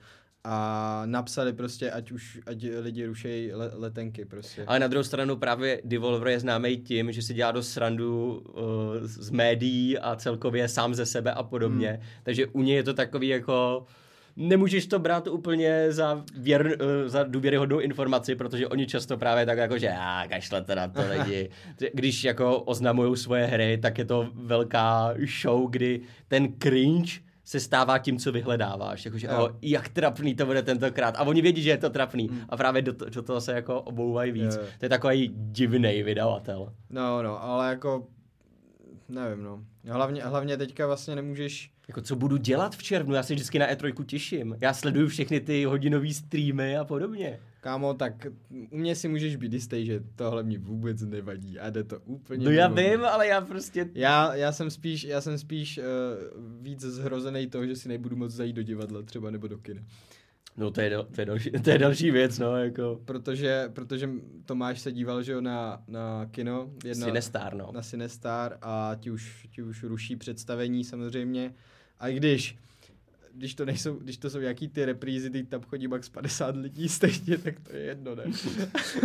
[SPEAKER 1] A napsali prostě, ať už ať lidi rušejí le, letenky prostě.
[SPEAKER 2] Ale na druhou stranu právě Devolver je známý tím, že si dělá dost srandu uh, z z médií a celkově sám ze sebe a podobně. Hmm. Takže u něj je to takový jako... Nemůžeš to brát úplně za, věr, uh, za důvěryhodnou informaci, protože oni často právě tak jako, že já kašlete na to
[SPEAKER 1] <laughs>
[SPEAKER 2] lidi. Když jako oznamují svoje hry, tak je to velká show, kdy ten cringe se stává tím, co vyhledáváš. Jakože,
[SPEAKER 1] Jo.
[SPEAKER 2] oh, jak trapný to bude tentokrát. A oni vědí, že je to trapný.
[SPEAKER 1] Hmm.
[SPEAKER 2] A právě do, to, do toho se jako obouvají víc.
[SPEAKER 1] Jo, jo.
[SPEAKER 2] To je takový divný vydavatel.
[SPEAKER 1] No, no, ale jako, nevím, no. Hlavně, hlavně teďka vlastně nemůžeš,
[SPEAKER 2] Jako, co budu dělat v červnu? Já se vždycky na E3 těším. Já sleduju všechny ty hodinové streamy a podobně.
[SPEAKER 1] kámo, tak u mě si můžeš být jistý, že tohle mě vůbec nevadí a jde to úplně
[SPEAKER 2] No já
[SPEAKER 1] mimo mě.
[SPEAKER 2] vím, ale já prostě...
[SPEAKER 1] Já, já jsem spíš, já jsem spíš uh, víc zhrozený toho, že si nebudu moc zajít do divadla třeba nebo do kina.
[SPEAKER 2] No to je, dal- to je, další, to je další věc, no, jako...
[SPEAKER 1] Protože, protože Tomáš se díval, že jo, na, na kino.
[SPEAKER 2] Jedno... Sinestar, no.
[SPEAKER 1] na Sinestar a ti už, ti už ruší představení samozřejmě. A i když, když to, nejsou, když to jsou jaký ty reprízy, teď tam chodí max 50 lidí <laughs> stejně, tak to je jedno,
[SPEAKER 2] <laughs>
[SPEAKER 1] ne?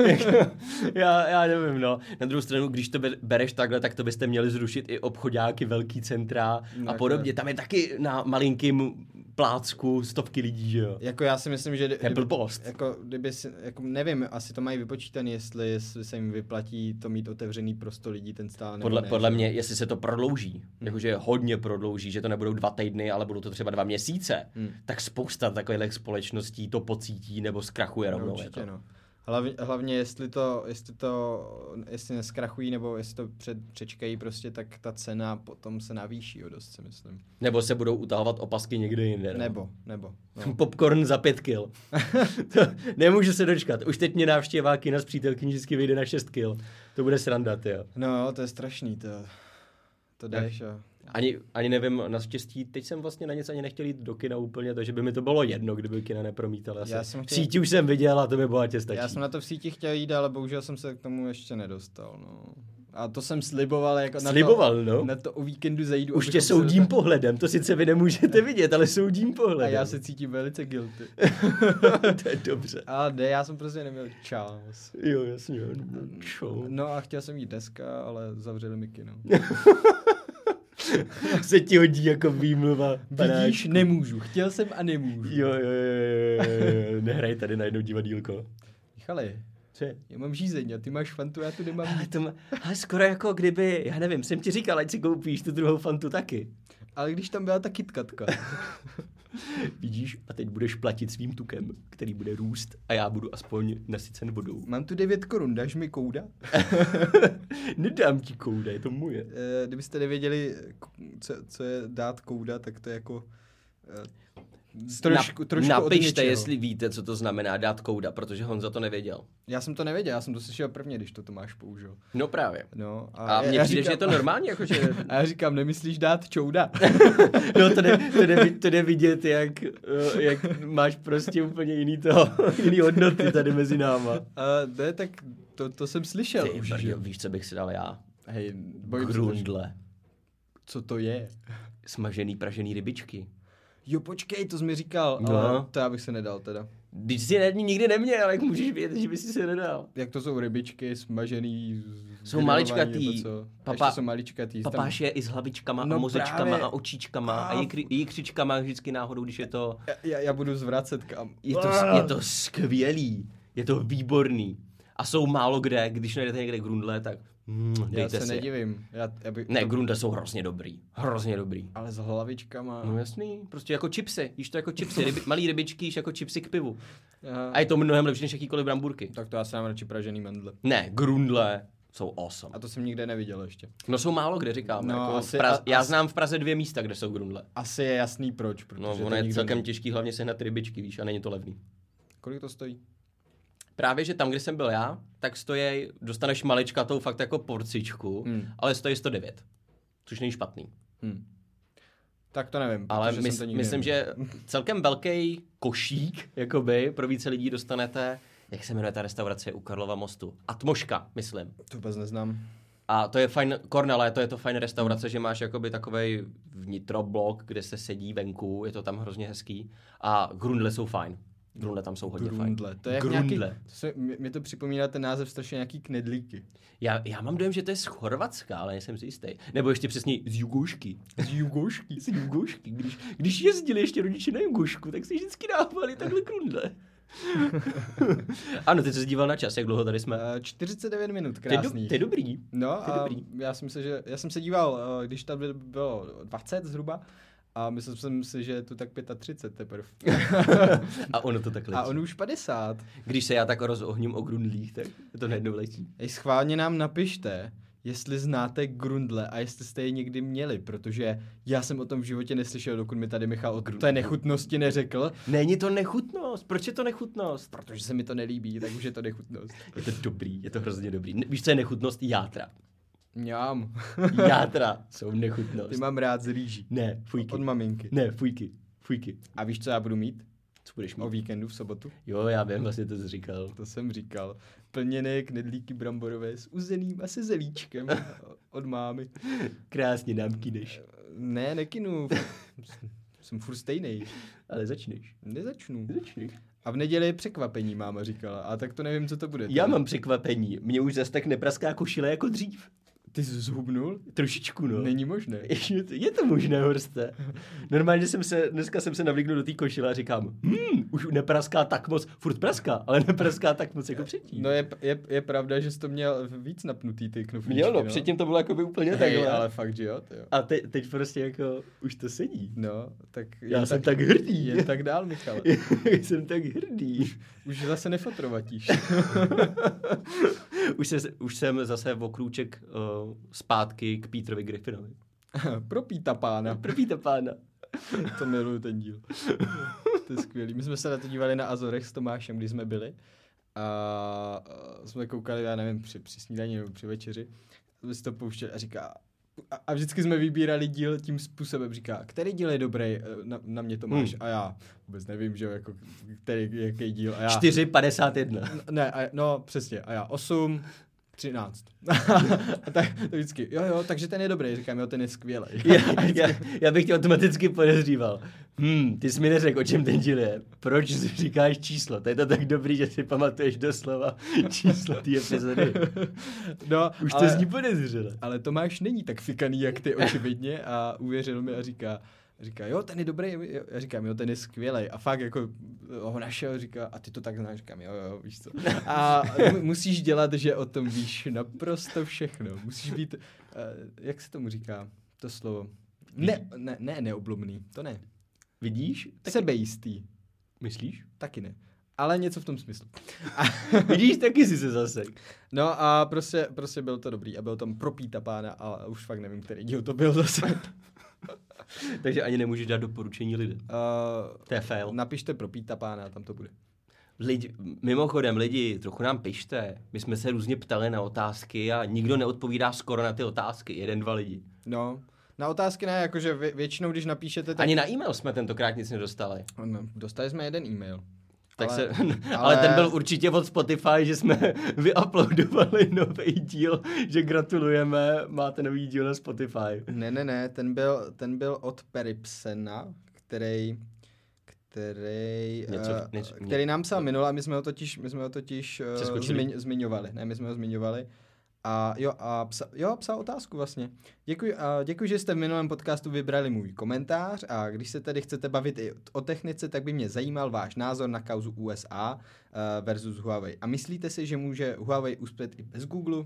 [SPEAKER 2] Jako, <laughs> já, já nevím, no. Na druhou stranu, když to be- bereš takhle, tak to byste měli zrušit i obchodáky, velký centra a
[SPEAKER 1] No,
[SPEAKER 2] podobně. Tam je taky na malinkým plácku stovky lidí, že jo.
[SPEAKER 1] jako já si myslím, že... kdy-
[SPEAKER 2] To je blbost.
[SPEAKER 1] Jako, kdyby si, jako nevím, asi to mají vypočítané, jestli, jestli se jim vyplatí to mít otevřený pro 100 lidí ten stál. nebo
[SPEAKER 2] Podle,
[SPEAKER 1] ne.
[SPEAKER 2] podle mě, jestli se to prodlouží, jakože hodně prodlouží, že to nebudou dva týdny, ale budou to třeba dva měsíce,
[SPEAKER 1] Hmm.
[SPEAKER 2] tak spousta takových společností to pocítí nebo zkrachuje
[SPEAKER 1] No,
[SPEAKER 2] rovnou.
[SPEAKER 1] určitě,
[SPEAKER 2] jako.
[SPEAKER 1] no. Hlavně, hlavně jestli to, jestli to, jestli neskrachují nebo jestli to před, přečkají prostě, tak ta cena potom se navýší o dost, si myslím.
[SPEAKER 2] Nebo se budou utahovat opasky někde jinde. no.
[SPEAKER 1] Nebo, nebo. No.
[SPEAKER 2] No. <laughs> Popcorn za
[SPEAKER 1] <laughs>
[SPEAKER 2] pět kil. to nemůžu se dočkat. Už teď mě návštěvá kina s přítelkyní vždycky vyjde na šest kil. To bude sranda, jo.
[SPEAKER 1] no, to je strašný, to, to jdeš a...
[SPEAKER 2] Ani, ani nevím, naštěstí, teď jsem vlastně na nic ani nechtěl jít do kina úplně, takže by mi to bylo jedno, kdyby kina nepromítala.
[SPEAKER 1] Já
[SPEAKER 2] Já
[SPEAKER 1] jsem
[SPEAKER 2] jsem
[SPEAKER 1] chtěl-
[SPEAKER 2] Síti už jsem viděl a to mi bohatě stačí.
[SPEAKER 1] Já jsem na to v síti chtěl jít, ale bohužel jsem se k tomu ještě nedostal, no. A to jsem sliboval, jako
[SPEAKER 2] Sliboval,
[SPEAKER 1] na to,
[SPEAKER 2] no.
[SPEAKER 1] na to o víkendu zajdu.
[SPEAKER 2] Už
[SPEAKER 1] abychom
[SPEAKER 2] tě
[SPEAKER 1] se
[SPEAKER 2] soudím
[SPEAKER 1] dostali-
[SPEAKER 2] pohledem, to sice vy nemůžete vidět, ale soudím
[SPEAKER 1] A
[SPEAKER 2] pohledem.
[SPEAKER 1] já se cítím velice guilty.
[SPEAKER 2] <laughs> to je dobře.
[SPEAKER 1] a ne, já jsem prostě neměl čas.
[SPEAKER 2] Jo, jasně. jo, no, Čo?
[SPEAKER 1] No a chtěl jsem jít dneska, ale zavřeli mi
[SPEAKER 2] <laughs>
[SPEAKER 1] kino.
[SPEAKER 2] Se ti hodí jako výmluva.
[SPEAKER 1] Vidíš,
[SPEAKER 2] panáčku.
[SPEAKER 1] nemůžu. Chtěl jsem a nemůžu.
[SPEAKER 2] Jo, jo, jo, jo, jo, jo. Nehraj tady najednou divadílko.
[SPEAKER 1] Michale,
[SPEAKER 2] Co je?
[SPEAKER 1] já mám žízeň a ty máš fantu, já tu nemám.
[SPEAKER 2] Ale to má, ale skoro jako kdyby, já nevím, jsem ti říkal, ať si koupíš tu druhou fantu taky.
[SPEAKER 1] Ale když tam byla ta
[SPEAKER 2] <laughs>
[SPEAKER 1] kitkatka.
[SPEAKER 2] Vidíš, a teď budeš platit svým tukem, který bude růst a já budu aspoň nasycen <laughs> vodou.
[SPEAKER 1] Mám tu 9 korun, dáš mi kouda?
[SPEAKER 2] Nedám ti kouda, je to moje.
[SPEAKER 1] Eh, Kdybyste nevěděli, k- co, co je dát kouda, tak to je jako... eh, Trošku,
[SPEAKER 2] Na-
[SPEAKER 1] trošku od
[SPEAKER 2] Napište,
[SPEAKER 1] něčeho.
[SPEAKER 2] jestli víte, co to znamená dát kouda, protože Honza to nevěděl.
[SPEAKER 1] Já jsem to nevěděl, já jsem to slyšel prvně, když to Tomáš použil.
[SPEAKER 2] No právě.
[SPEAKER 1] No,
[SPEAKER 2] A mně
[SPEAKER 1] já
[SPEAKER 2] přijde, že je to normální, jakože...
[SPEAKER 1] <laughs> A já říkám, nemyslíš dát čouda?
[SPEAKER 2] <laughs> No to jde, to jde, vi- to jde vidět, jak, eh, jak máš prostě úplně jiný to, <laughs> jiný hodnoty tady mezi náma.
[SPEAKER 1] A Eh, ne, tak to, to jsem slyšel
[SPEAKER 2] Ty,
[SPEAKER 1] už,
[SPEAKER 2] brdio,
[SPEAKER 1] jo.
[SPEAKER 2] víš, co bych si dal já?
[SPEAKER 1] Hej, bojím se, to, že-
[SPEAKER 2] Grundle.
[SPEAKER 1] co to je?
[SPEAKER 2] Smažený, pražený rybičky.
[SPEAKER 1] Jo, počkej, to jsi mi říkal, no.
[SPEAKER 2] No.
[SPEAKER 1] ale to já bych se nedal teda.
[SPEAKER 2] Když jsi je nikdy neměl, jak můžeš vědět, že by si se nedal.
[SPEAKER 1] Jak to jsou rybičky smažený,
[SPEAKER 2] Jsou maličkatý.
[SPEAKER 1] Papa,
[SPEAKER 2] Papa-
[SPEAKER 1] Ještě jsou maličkatý. tam-
[SPEAKER 2] Papáš je i s hlavičkama
[SPEAKER 1] No
[SPEAKER 2] a mozečkama
[SPEAKER 1] právě.
[SPEAKER 2] a očičkama a,
[SPEAKER 1] A-
[SPEAKER 2] a jikři, jikřičkama vždycky náhodou, když je to...
[SPEAKER 1] Já- Já, já, budu zvracet kam.
[SPEAKER 2] Je to, je to skvělý, je to výborný. A jsou málo kde, když najdete někde grundle, tak mm,
[SPEAKER 1] já
[SPEAKER 2] dejte
[SPEAKER 1] se
[SPEAKER 2] si. je.
[SPEAKER 1] nedivím. Já, já by,
[SPEAKER 2] Ne, grundle jsou hrozně dobrý. Hrozně dobrý.
[SPEAKER 1] ale s hlavičkama.
[SPEAKER 2] No jasný, prostě jako chipsy, jíš to jako chipsy,
[SPEAKER 1] <laughs>
[SPEAKER 2] ryby, malý rybičky jíš jako chipsy k pivu.
[SPEAKER 1] Já,
[SPEAKER 2] A je to mnohem lepší než jakýkoliv bramburky.
[SPEAKER 1] tak to já sám radši pražený mandle.
[SPEAKER 2] Ne, grundle jsou awesome.
[SPEAKER 1] A to jsem nikde neviděl ještě.
[SPEAKER 2] No jsou málo kde, říkám.
[SPEAKER 1] No,
[SPEAKER 2] No, jako
[SPEAKER 1] asi-
[SPEAKER 2] asi, Praze,
[SPEAKER 1] a-
[SPEAKER 2] já
[SPEAKER 1] asi-
[SPEAKER 2] znám v Praze dvě místa, kde jsou grundle.
[SPEAKER 1] Asi je jasný proč, protože
[SPEAKER 2] No,
[SPEAKER 1] to
[SPEAKER 2] ono je
[SPEAKER 1] nikdo
[SPEAKER 2] celkem
[SPEAKER 1] neví.
[SPEAKER 2] těžký hlavně sehnat rybičky, víš, a není to levný.
[SPEAKER 1] Kolik to stojí?
[SPEAKER 2] Právě, že tam, kde jsem byl já, tak stojí, dostaneš maličkatou fakt jako porcičku,
[SPEAKER 1] Hmm.
[SPEAKER 2] hmm. ale stojí 109, což není špatný.
[SPEAKER 1] Hm. Tak to nevím,
[SPEAKER 2] Ale
[SPEAKER 1] protože jsem
[SPEAKER 2] mys,
[SPEAKER 1] to nikdy
[SPEAKER 2] myslím,
[SPEAKER 1] neviděl.
[SPEAKER 2] že
[SPEAKER 1] <laughs>
[SPEAKER 2] celkem velký košík, jakoby, pro více lidí dostanete, jak se jmenuje ta restaurace u Karlova mostu? Atmoška, myslím.
[SPEAKER 1] To vůbec neznám.
[SPEAKER 2] A to je fajn, Cornelé, to je to fajn restaurace, že máš jakoby takovej vnitroblok, kde se sedí venku, je to tam hrozně hezký. A grundle jsou fajn. Grundle tam jsou hodně
[SPEAKER 1] Grundle.
[SPEAKER 2] fajn.
[SPEAKER 1] To je jak
[SPEAKER 2] Grundle.
[SPEAKER 1] nějaký, to se, mě mě to připomíná ten název strašně nějaký knedlíky.
[SPEAKER 2] Já, já mám dojem, že to je z Chorvatska, ale nejsem si jistý. Nebo ještě přesně z Jugošky.
[SPEAKER 1] Z Jugošky.
[SPEAKER 2] Z Jugošky. Když, když jezdili ještě rodiče na Jugošku, tak si vždycky dávali takhle grundle. <laughs> ano, ty jsi se díval na čas, jak dlouho tady jsme.
[SPEAKER 1] Eh, 49 minut
[SPEAKER 2] To je, do,
[SPEAKER 1] krásných.
[SPEAKER 2] to je <laughs> dobrý.
[SPEAKER 1] No
[SPEAKER 2] to je
[SPEAKER 1] a
[SPEAKER 2] dobrý.
[SPEAKER 1] já jsem se, že, já jsem se díval, eh, když tam by- bylo 20 zhruba, a myslel jsem si, že je to tak 35
[SPEAKER 2] <laughs>
[SPEAKER 1] teprve.
[SPEAKER 2] A ono to takhle.
[SPEAKER 1] a on už 50.
[SPEAKER 2] Když se já tak rozohním o grundlích, tak to najednou letí.
[SPEAKER 1] Ej, schválně nám napište, jestli znáte Grundle a jestli jste je někdy měli, protože já jsem o tom v životě neslyšel, dokud mi tady Michal o té nechutnosti neřekl,
[SPEAKER 2] Není to nechutnost. Proč je to nechutnost?
[SPEAKER 1] protože se mi to nelíbí, tak už je to nechutnost.
[SPEAKER 2] Je to dobrý, je to hrozně dobrý. Ne- Víš, co je nechutnost? Játra.
[SPEAKER 1] Mňám.
[SPEAKER 2] Játra jsou
[SPEAKER 1] <laughs>
[SPEAKER 2] nechutnost.
[SPEAKER 1] Ty mám rád z rýží.
[SPEAKER 2] Ne, fujky.
[SPEAKER 1] Od maminky.
[SPEAKER 2] Ne, fujky. Fujky.
[SPEAKER 1] A víš, co já budu mít?
[SPEAKER 2] Co budeš mít?
[SPEAKER 1] O víkendu v sobotu?
[SPEAKER 2] Jo, já vím, vlastně to jsi říkal.
[SPEAKER 1] To jsem říkal. Plněné knedlíky bramborové s uzeným a se
[SPEAKER 2] <laughs>
[SPEAKER 1] zelíčkem od mámy.
[SPEAKER 2] Krásně nám kýneš,
[SPEAKER 1] Ne,
[SPEAKER 2] <laughs>
[SPEAKER 1] nekinu. Jsem furt stejnej.
[SPEAKER 2] ale začneš.
[SPEAKER 1] Nezačnu.
[SPEAKER 2] Začneš.
[SPEAKER 1] A v neděli je překvapení, máma říkala. A tak to nevím, co to bude.
[SPEAKER 2] Já mám překvapení. Mě už zas tak nepraská košile jako dřív.
[SPEAKER 1] Ty jsi zhubnul?
[SPEAKER 2] Trošičku, no.
[SPEAKER 1] Není možné.
[SPEAKER 2] Je to, <laughs> je to možné, Horste. Normálně jsem se, dneska jsem se navlíknul do té košile a říkám, hmm, už nepraská tak moc, furt praská, ale <laughs> nepraská tak moc jako předtím.
[SPEAKER 1] No je, je, je pravda, že jsi to měl víc napnutý ty knoflíčky.
[SPEAKER 2] Měl, no, předtím to bylo jako by úplně
[SPEAKER 1] Hej,
[SPEAKER 2] takhle.
[SPEAKER 1] ale fakt, že jo, ty jo.
[SPEAKER 2] A te, teď prostě jako, už to sedí.
[SPEAKER 1] No, tak...
[SPEAKER 2] Já
[SPEAKER 1] jen
[SPEAKER 2] jsem tak hrdý.
[SPEAKER 1] Jen
[SPEAKER 2] <laughs>
[SPEAKER 1] tak dál, Michale.
[SPEAKER 2] jsem tak hrdý.
[SPEAKER 1] Už zase nefotrovatíš. <laughs>
[SPEAKER 2] <laughs> už, se, už jsem zase v okrůček uh, zpátky k Petrovi Griffinovi.
[SPEAKER 1] Propíta pána.
[SPEAKER 2] První ta pána.
[SPEAKER 1] To miluju ten díl. To je skvělý. My jsme se na to dívali na Azorech s Tomášem, když jsme byli. A a jsme koukali, já nevím, při, při snídani nebo při večeři. Jsme si to pouštěli a říká... A, a vždycky jsme vybírali díl tím způsobem. Říká, který díl je dobrý, eh, na, na mě Tomáš.
[SPEAKER 2] Hmm.
[SPEAKER 1] Hmm. A já vůbec nevím, že jo, jako, který, jaký díl. A já, <laughs>
[SPEAKER 2] 4,51.
[SPEAKER 1] N- Ne, a, no přesně, a já 8,
[SPEAKER 2] <laughs>
[SPEAKER 1] 13. a <laughs> tak to vždycky, jo, jo, takže ten je dobrý, říkám, jo, ten je skvělý.
[SPEAKER 2] já, já, já bych tě automaticky podezříval. Hmm, ty jsi mi neřekl, o čem ten díl je. Proč říkáš číslo? To je to tak dobrý, že si pamatuješ doslova číslo té epizody.
[SPEAKER 1] <laughs> No,
[SPEAKER 2] Už to
[SPEAKER 1] ale,
[SPEAKER 2] zní podezřele.
[SPEAKER 1] ale Tomáš není tak fikaný, jak ty, očividně, a uvěřil mi a říká, říká, jo, ten je dobrý, jo. já říkám, jo, ten je skvělý. A fakt jako ho našel, říká, a ty to tak znáš, říkám, jo, jo, víš co. A mu- musíš dělat, že o tom víš naprosto všechno. Musíš být, eh, jak se tomu říká, to slovo? Ne, ne, ne, neoblomný, to ne.
[SPEAKER 2] Vidíš? Tak
[SPEAKER 1] Sebejistý.
[SPEAKER 2] myslíš?
[SPEAKER 1] Taky ne. Ale něco v tom
[SPEAKER 2] <laughs>
[SPEAKER 1] smyslu.
[SPEAKER 2] Vidíš, taky jsi se zase.
[SPEAKER 1] No a prostě, prostě byl to dobrý. A byl tam propíta pána a už fakt nevím, který díl to byl zase.
[SPEAKER 2] Takže ani nemůžeš dát doporučení lidem. To je fail.
[SPEAKER 1] Uh, napište propíta pána, tam to bude.
[SPEAKER 2] Lidi, mimochodem, lidi, trochu nám pište. My jsme se různě ptali na otázky a nikdo neodpovídá skoro na ty otázky. Jeden, dva lidi.
[SPEAKER 1] No, na otázky ne, jakože vě- většinou, když napíšete, tak...
[SPEAKER 2] Ani na e-mail jsme tentokrát nic nedostali.
[SPEAKER 1] No, Dostali jsme jeden e-mail.
[SPEAKER 2] Tak ale,
[SPEAKER 1] Ale-
[SPEAKER 2] se, <laughs> ale, ale
[SPEAKER 1] ale-
[SPEAKER 2] ten byl určitě od Spotify, že jsme <laughs> vyuploadovali nový díl, že gratulujeme, máte nový díl na Spotify.
[SPEAKER 1] Ne, ne, ne, ten byl, ten byl od Peripsena, který který,
[SPEAKER 2] Něco-
[SPEAKER 1] něco,
[SPEAKER 2] něco-
[SPEAKER 1] něco, který nám psal minule a my jsme ho totiž, my jsme ho totiž uh,
[SPEAKER 2] Přeskočili.
[SPEAKER 1] zmiň, zmiňovali. Ne, my jsme ho zmiňovali. A jo, a psa, jo, psal otázku vlastně. Děkuji, a děkuji, že jste v minulém podcastu vybrali můj komentář a když se tedy chcete bavit i o technice, tak by mě zajímal váš názor na kauzu USA eh, versus Huawei. A myslíte si, že může Huawei uspět i bez Google?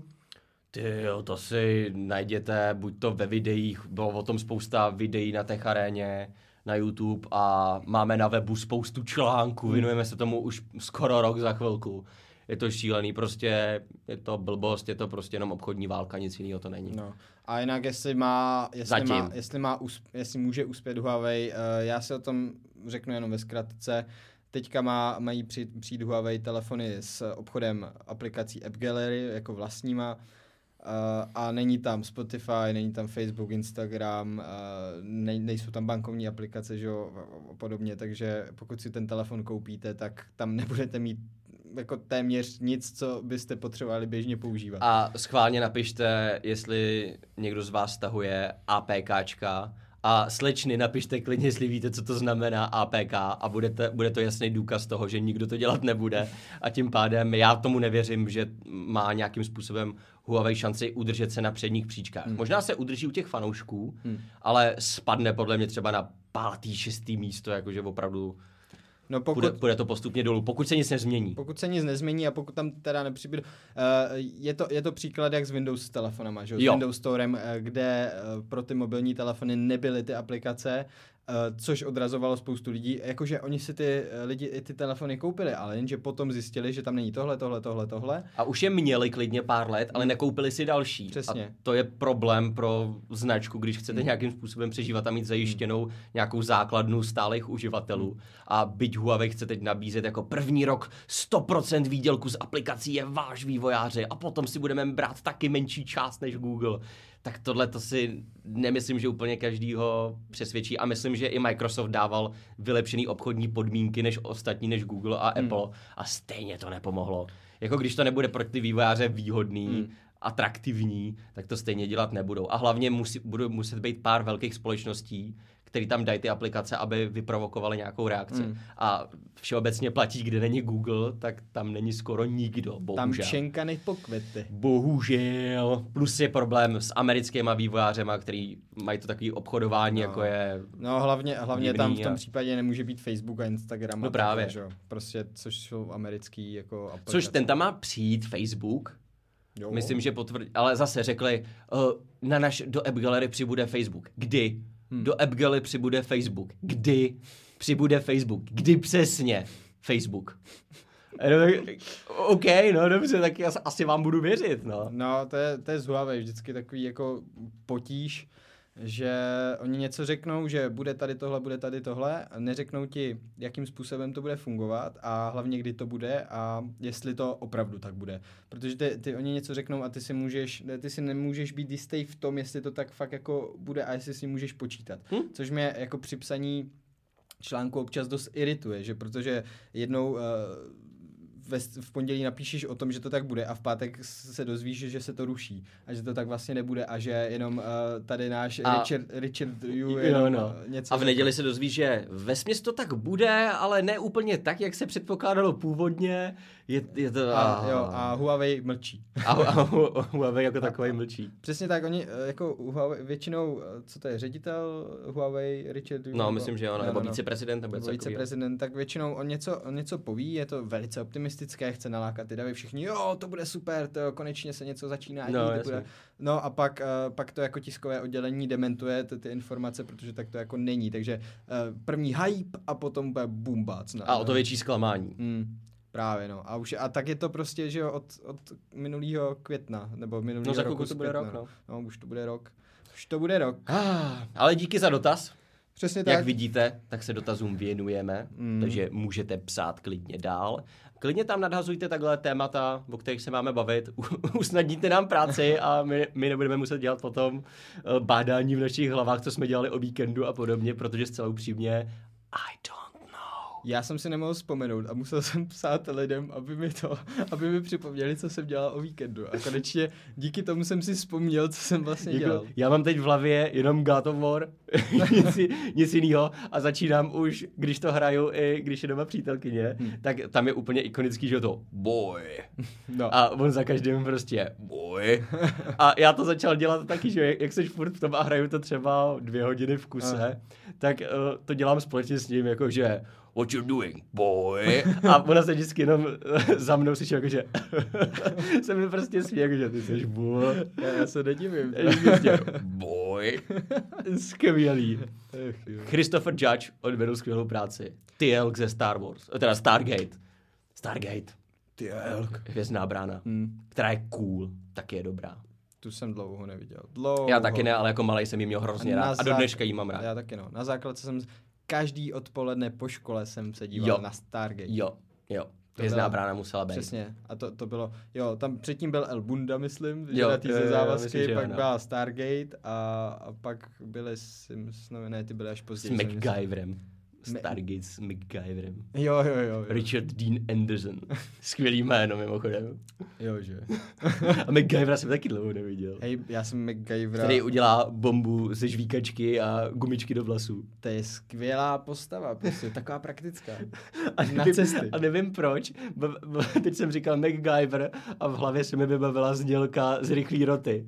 [SPEAKER 2] Ty jo, to si najděte buď to ve videích, bylo o tom spousta videí na Tech Aréně, na YouTube a máme na webu spoustu článků, věnujeme se tomu už skoro rok za chvilku. Je to šílený, prostě je to blbost, je to prostě jenom obchodní válka, nic jiného to není.
[SPEAKER 1] No. A jinak, jestli má, jestli,
[SPEAKER 2] Zatím.
[SPEAKER 1] má, jestli, má usp- jestli může uspět Huawei, uh, já si o tom řeknu jenom ve zkratce. Teďka má, mají přijít, přijít Huawei telefony s obchodem aplikací App Gallery jako vlastníma uh, a není tam Spotify, není tam Facebook, Instagram, uh, nej, nejsou tam bankovní aplikace že jo, a- a- a podobně, takže pokud si ten telefon koupíte, tak tam <laughs> nebudete mít jako téměř nic, co byste potřebovali běžně používat.
[SPEAKER 2] A schválně napište, jestli někdo z vás stahuje APKčka a slečny napište klidně, jestli víte, co to znamená APK a budete, bude to jasný důkaz toho, že nikdo to dělat nebude a tím pádem já tomu nevěřím, že má nějakým způsobem Huawei šanci udržet se na předních příčkách. Hmm. Možná se udrží u těch fanoušků, hmm. ale spadne podle mě třeba na pátý, šestý místo, jakože opravdu
[SPEAKER 1] No pokud,
[SPEAKER 2] půjde, půjde to postupně dolů, pokud se nic nezmění.
[SPEAKER 1] pokud se nic nezmění a pokud tam teda nepřibude, uh, je, to, je to příklad jak s Windows telefonama, že? jo?
[SPEAKER 2] Jo.
[SPEAKER 1] S Windows Storem, eh, kde eh, pro ty mobilní telefony nebyly ty aplikace, eh, což odrazovalo spoustu lidí. Jakože oni si ty eh, lidi i ty telefony koupili, ale jenže potom zjistili, že tam není tohle, tohle, tohle, tohle.
[SPEAKER 2] A už je měli klidně pár let, ale nekoupili si další.
[SPEAKER 1] Přesně.
[SPEAKER 2] A to je problém pro značku, když chcete hmm. nějakým způsobem přežívat a mít zajištěnou nějakou základnu stálých uživatelů. A byť Huawei chce teď nabízet jako první rok 100% výdělku z aplikací je váš vývojáři a potom si budeme brát taky menší část než Google. Tak tohle to si nemyslím, že úplně každýho přesvědčí a myslím, že i Microsoft dával vylepšený obchodní podmínky než ostatní, než Google a Apple a stejně to nepomohlo. Jako když to nebude pro ty vývojáře výhodný,
[SPEAKER 1] Hmm,
[SPEAKER 2] atraktivní, tak to stejně dělat nebudou. A hlavně musí, budou muset být pár velkých společností, který tam dají ty aplikace, aby vyprovokovali nějakou reakci.
[SPEAKER 1] Mm.
[SPEAKER 2] A všeobecně platí, kde není Google, tak tam není skoro nikdo, bohužel.
[SPEAKER 1] Tam čenkany pokvety.
[SPEAKER 2] Bohužel. Plus je problém s americkýma vývojářema, který mají to takový obchodování, no. jako je...
[SPEAKER 1] No hlavně, hlavně
[SPEAKER 2] Divný
[SPEAKER 1] tam v
[SPEAKER 2] a-
[SPEAKER 1] tom případě nemůže být Facebook a Instagram. a
[SPEAKER 2] No právě.
[SPEAKER 1] Takhle, že? jo. Prostě, což jsou americký jako aplikace.
[SPEAKER 2] Což ten tam má přijít, Facebook,
[SPEAKER 1] Jo.
[SPEAKER 2] Myslím, že potvrdí, ale zase řekli, uh, na naš, do App Gallery přibude Facebook. Kdy? Hmm. Do App Gallery přibude Facebook. Kdy? Přibude Facebook. Kdy přesně? Facebook. A No, tak- OK, no dobře, tak já s- asi vám budu věřit, no.
[SPEAKER 1] No, to je, to je z Huawei vždycky takový jako potíž, že oni něco řeknou, že bude tady tohle, bude tady tohle, a neřeknou ti, jakým způsobem to bude fungovat a hlavně kdy to bude a jestli to opravdu tak bude. Protože ty, ty oni něco řeknou a ty si, můžeš, ty si nemůžeš být jistý v tom, jestli to tak fakt jako bude a jestli si můžeš počítat.
[SPEAKER 2] Hm?
[SPEAKER 1] Což mě jako při psaní článku občas dost irituje, že protože jednou eh, ve, s- v pondělí napíšeš o tom, že to tak bude a v pátek s- se dozvíš, že se to ruší a že to tak vlastně nebude a že jenom eh, tady náš
[SPEAKER 2] A-
[SPEAKER 1] Richard, Richard Yu
[SPEAKER 2] Jo,
[SPEAKER 1] jenom,
[SPEAKER 2] no.
[SPEAKER 1] eh, něco
[SPEAKER 2] A v neděli se dozví, že vesměs to tak bude, ale ne úplně tak, jak se předpokládalo původně. Je, je to...
[SPEAKER 1] a, jo, a Huawei mlčí.
[SPEAKER 2] a, a, a Huawei jako takový mlčí.
[SPEAKER 1] Přesně tak, oni eh, jako Huawei, většinou, eh, co to je, ředitel Huawei, Richard Yu?
[SPEAKER 2] No, myslím, že ano, nebo viceprezident, nebo něco
[SPEAKER 1] nebo
[SPEAKER 2] takového.
[SPEAKER 1] viceprezident, tak většinou on něco, on něco poví, je to velice optimistické, chce nalákat ty davy všichni, jo, to bude super, to jo, konečně se něco začíná
[SPEAKER 2] No,
[SPEAKER 1] dít, to
[SPEAKER 2] jasně.
[SPEAKER 1] bude. no a pak, eh, pak to jako tiskové oddělení dementuje ty, ty informace, protože tak to jako není, takže eh, první hype a potom bude bumbac.
[SPEAKER 2] A o to větší zklamání.
[SPEAKER 1] Mm, právě, no. A, už, a tak je to prostě, že jo, od, od minulého května, nebo minulého
[SPEAKER 2] za
[SPEAKER 1] roku
[SPEAKER 2] chvilku
[SPEAKER 1] z
[SPEAKER 2] to bude
[SPEAKER 1] května,
[SPEAKER 2] rok,
[SPEAKER 1] no. No, už to bude rok. Už to bude rok.
[SPEAKER 2] Ah, ale díky za dotaz.
[SPEAKER 1] Přesně tak.
[SPEAKER 2] Jak vidíte, tak se dotazům věnujeme,
[SPEAKER 1] Mm.
[SPEAKER 2] mm. takže můžete psát klidně dál. Klidně tam nadhazujte takhle témata, o kterých se máme bavit. U- <laughs> Usnadníte nám práci a my, my nebudeme muset dělat potom eh, bádání v našich hlavách, co jsme dělali o víkendu a podobně, protože zcela upřímně I don't know.
[SPEAKER 1] Já jsem si nemohl vzpomenout a musel jsem psát lidem, aby mi to, aby mi připomněli, co jsem dělal o víkendu. A konečně díky tomu jsem si vzpomněl, co jsem vlastně dělal.
[SPEAKER 2] Jako, já mám teď v hlavě jenom God of War, <laughs> nic, nic jiného a začínám už, když to hraju i když je doma přítelkyně, hmm. tak tam je úplně ikonický, že to boy.
[SPEAKER 1] No.
[SPEAKER 2] A on za každým prostě boy. A já to začal dělat taky, že jak, jak seš furt v tom a hraju to třeba dvě hodiny v kuse,
[SPEAKER 1] Aha.
[SPEAKER 2] tak uh, to dělám společně s ním, jakože what you doing, boy? A ona se vždycky jenom eh, za mnou slyší, jakože <laughs> se mi prostě směje, jakože ty jsi boy.
[SPEAKER 1] Já, já se nedivím.
[SPEAKER 2] Jistě. prostě, jako, Boj. Skvělý.
[SPEAKER 1] Ech, jo.
[SPEAKER 2] Christopher Judge odvedl skvělou práci. Tielk ze Star Wars, eh, teda Stargate. Stargate. Tielk. Hvězdná brána,
[SPEAKER 1] Hm,
[SPEAKER 2] která je cool, tak je dobrá.
[SPEAKER 1] tu jsem dlouho neviděl. Dlouho.
[SPEAKER 2] Já taky ne, ale jako malý jsem ji měl hrozně
[SPEAKER 1] Na
[SPEAKER 2] rád. A do
[SPEAKER 1] zák-
[SPEAKER 2] dneška jí mám rád.
[SPEAKER 1] Já taky no. Na základce jsem každý odpoledne po škole jsem se díval
[SPEAKER 2] Jo.
[SPEAKER 1] na Stargate.
[SPEAKER 2] Jo, jo.
[SPEAKER 1] To
[SPEAKER 2] Hvězdná
[SPEAKER 1] byla-
[SPEAKER 2] brána musela být.
[SPEAKER 1] Přesně. A to, to bylo, jo, tam předtím byl El Bunda, myslím,
[SPEAKER 2] Jo,
[SPEAKER 1] jo,
[SPEAKER 2] jo,
[SPEAKER 1] ze
[SPEAKER 2] jo,
[SPEAKER 1] závazky,
[SPEAKER 2] myslím, že
[SPEAKER 1] pak
[SPEAKER 2] ano.
[SPEAKER 1] byla Stargate a, a pak byly Simpsonovi, ne, ty byly až později.
[SPEAKER 2] S MacGyverem. Stargate s MacGyverem.
[SPEAKER 1] Jo, jo, jo. jo.
[SPEAKER 2] Richard Dean Anderson. <laughs> Skvělý
[SPEAKER 1] <laughs>
[SPEAKER 2] jméno mimochodem.
[SPEAKER 1] Jo, že.
[SPEAKER 2] A MacGyvera jsem taky dlouho neviděl.
[SPEAKER 1] Hej, já jsem MacGyvera.
[SPEAKER 2] Který udělá bombu ze žvíkačky a gumičky do vlasů.
[SPEAKER 1] To je skvělá postava, prostě taková
[SPEAKER 2] <laughs>
[SPEAKER 1] praktická.
[SPEAKER 2] A
[SPEAKER 1] Na cesty.
[SPEAKER 2] a nevím proč, b- b- teď jsem říkal MacGyver a v hlavě se mi vybavila znělka z rychlý roty.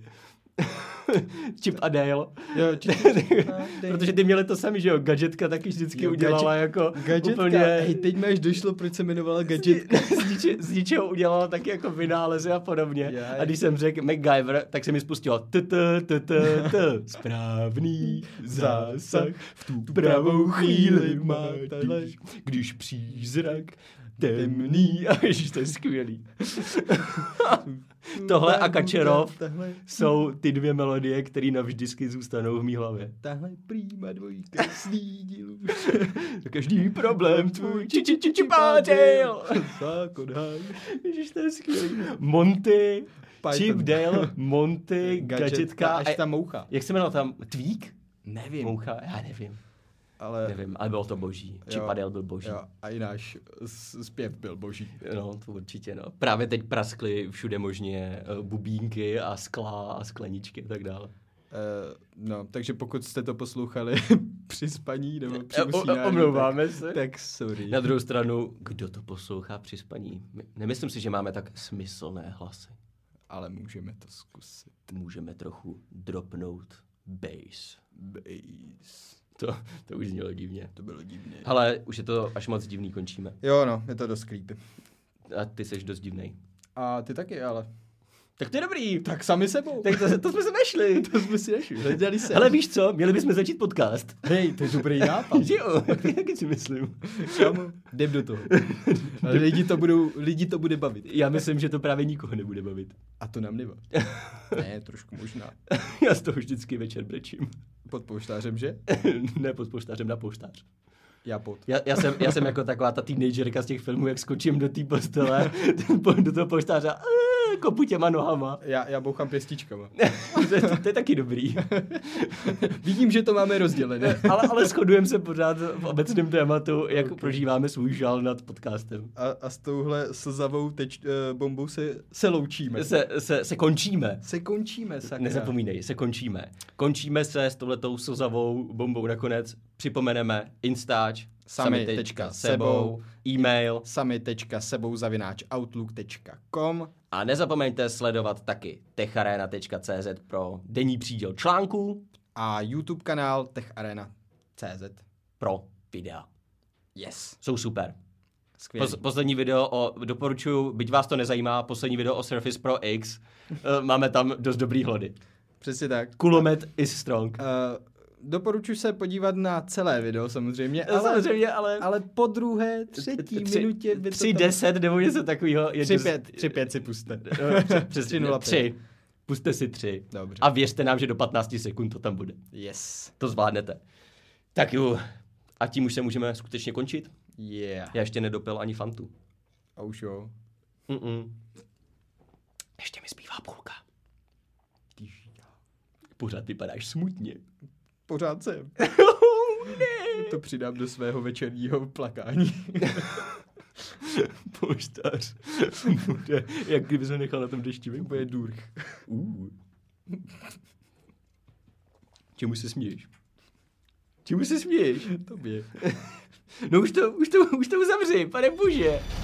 [SPEAKER 2] <laughs> Chip a Dale.
[SPEAKER 1] Jo, či,
[SPEAKER 2] Protože ty měli to sami, že jo, gadgetka taky vždycky
[SPEAKER 1] Jo,
[SPEAKER 2] udělala
[SPEAKER 1] gadget-
[SPEAKER 2] jako
[SPEAKER 1] gadgetka,
[SPEAKER 2] úplně... <laughs>
[SPEAKER 1] hej, teď mi až došlo, proč se jmenovala gadgetka.
[SPEAKER 2] z, niče, z ničeho udělala taky jako vynálezy a podobně.
[SPEAKER 1] Já-
[SPEAKER 2] A když jsem řekl MacGyver, tak se mi spustilo t t t t
[SPEAKER 1] <laughs>
[SPEAKER 2] t správný <laughs> zásah v tu pravou chvíli máte lež, když přízrak temný. <laughs> A ježiš, to je skvělý. Tohle a Kačerov
[SPEAKER 1] Tahle,
[SPEAKER 2] jsou ty dvě melodie, které navždycky zůstanou v mý hlavě.
[SPEAKER 1] tahle prýma dvojka
[SPEAKER 2] <laughs>
[SPEAKER 1] snídil.
[SPEAKER 2] Každý problém tvůj či či či či páděl.
[SPEAKER 1] Zákon háj.
[SPEAKER 2] Ježiš, to je skvělý. Monty,
[SPEAKER 1] Python.
[SPEAKER 2] Chip Dale, <laughs> Monty,
[SPEAKER 1] Gadgetka
[SPEAKER 2] gadgetka.
[SPEAKER 1] až
[SPEAKER 2] a-
[SPEAKER 1] ta moucha.
[SPEAKER 2] Jak se jmenoval tam? Tweak? Nevím. Eh,
[SPEAKER 1] Moucha.
[SPEAKER 2] Moucha? Já nevím.
[SPEAKER 1] Ale
[SPEAKER 2] Nevím, ale bylo to boží. Chip
[SPEAKER 1] Jo.
[SPEAKER 2] a Dale byl boží.
[SPEAKER 1] jo, a i náš s- zpěv byl boží.
[SPEAKER 2] No, to určitě, no. Právě teď praskly všude možně eh, bubínky a skla a skleničky a tak dále.
[SPEAKER 1] Eh, no, takže pokud jste to poslouchali <laughs> při spaní nebo při
[SPEAKER 2] Eh, o- o-
[SPEAKER 1] usínání,
[SPEAKER 2] omlouváme
[SPEAKER 1] tak,
[SPEAKER 2] se.
[SPEAKER 1] tak sorry.
[SPEAKER 2] Na druhou stranu, kdo to poslouchá při spaní? My- Nemyslím si, že máme tak smyslné hlasy.
[SPEAKER 1] Ale můžeme to zkusit.
[SPEAKER 2] Můžeme trochu dropnout bass.
[SPEAKER 1] Bass.
[SPEAKER 2] To, to už znělo divně.
[SPEAKER 1] To bylo divné.
[SPEAKER 2] Ale už je to až moc divný, končíme.
[SPEAKER 1] Jo, no, je to dost creepy.
[SPEAKER 2] A ty seš dost divnej.
[SPEAKER 1] A ty taky, ale.
[SPEAKER 2] Tak to je dobrý.
[SPEAKER 1] Tak sami sebou.
[SPEAKER 2] Tak to, <laughs> to jsme se našli.
[SPEAKER 1] to jsme si našli. Hledali se.
[SPEAKER 2] Ale víš co, měli bychom začít podcast.
[SPEAKER 1] Hej, to je
[SPEAKER 2] <laughs>
[SPEAKER 1] dobrý nápad.
[SPEAKER 2] Že jo, taky si myslím.
[SPEAKER 1] Kámo, jdem do
[SPEAKER 2] <laughs>
[SPEAKER 1] toho. Ale lidi to, budou, lidi to bude bavit.
[SPEAKER 2] Já myslím, že to právě nikoho nebude bavit.
[SPEAKER 1] A to nám
[SPEAKER 2] <laughs>
[SPEAKER 1] nebo. ne, trošku možná.
[SPEAKER 2] Já z toho vždycky večer brečím.
[SPEAKER 1] Pod pouštářem, že?
[SPEAKER 2] ne pod poštářem, na poštář.
[SPEAKER 1] Já pod.
[SPEAKER 2] Já, já, jsem, já jsem jako taková ta teenagerka z těch filmů, jak skočím do té postele, po- do toho poštáře a eh, kopu těma nohama.
[SPEAKER 1] Já, já bouchám pěstičkama.
[SPEAKER 2] to, je, to je taky dobrý.
[SPEAKER 1] Vidím, že to máme rozdělené.
[SPEAKER 2] ale, ale shodujeme se pořád v obecném tématu, jak okay. prožíváme svůj žal nad podcastem.
[SPEAKER 1] A, a s touhle slzavou teč, eh, bombou se, se loučíme.
[SPEAKER 2] Se, se, se končíme.
[SPEAKER 1] se končíme, sakra.
[SPEAKER 2] Nezapomínej, se končíme. Končíme se s touhletou slzavou bombou nakonec. Připomeneme instač,
[SPEAKER 1] Sami
[SPEAKER 2] sami
[SPEAKER 1] tečka
[SPEAKER 2] tečka sebou, e-mail
[SPEAKER 1] sami.sebou zavináč outlook.com
[SPEAKER 2] a nezapomeňte sledovat taky techarena.cz pro denní příděl článků
[SPEAKER 1] a YouTube kanál techarena.cz.
[SPEAKER 2] pro videa.
[SPEAKER 1] Yes.
[SPEAKER 2] Jsou super.
[SPEAKER 1] Skvělý.
[SPEAKER 2] Pos- poslední video o, doporučuju, byť vás to nezajímá, poslední video o Surface Pro X. Eh, Máme tam dost dobrý hlody.
[SPEAKER 1] Přesně tak.
[SPEAKER 2] Kulomet is strong.
[SPEAKER 1] Uh, doporučuji se podívat na celé video samozřejmě, ale,
[SPEAKER 2] Samozřejmě, ale...
[SPEAKER 1] ale po druhé, třetí
[SPEAKER 2] tři-
[SPEAKER 1] minutě by to
[SPEAKER 2] Tři
[SPEAKER 1] tam-
[SPEAKER 2] deset nebo něco takového. je
[SPEAKER 1] Tři
[SPEAKER 2] dost-
[SPEAKER 1] pět, tři pět si puste.
[SPEAKER 2] No,
[SPEAKER 1] <laughs>
[SPEAKER 2] Přes
[SPEAKER 1] Tři nula pět.
[SPEAKER 2] tři. Puste si tři.
[SPEAKER 1] Dobře.
[SPEAKER 2] A věřte nám, že do 15 sekund to tam bude.
[SPEAKER 1] Yes.
[SPEAKER 2] To zvládnete. Tak jo. A tím už se můžeme skutečně končit.
[SPEAKER 1] Yeah.
[SPEAKER 2] Já ještě nedopil ani fantu.
[SPEAKER 1] A už jo.
[SPEAKER 2] Mm-mm. Ještě mi zpívá půlka. Pořád
[SPEAKER 1] <laughs>
[SPEAKER 2] vypadáš smutně.
[SPEAKER 1] Pořád jsem. Oh, To přidám do svého večerního plakání.
[SPEAKER 2] <laughs> Poštář bude, jak kdyby se nechal na tom dešti venku.
[SPEAKER 1] Bude důrch.
[SPEAKER 2] Uh. Čemu se směješ? Čemu se směješ?
[SPEAKER 1] Tobě.
[SPEAKER 2] No už to, už to, už to uzavři, pane bože.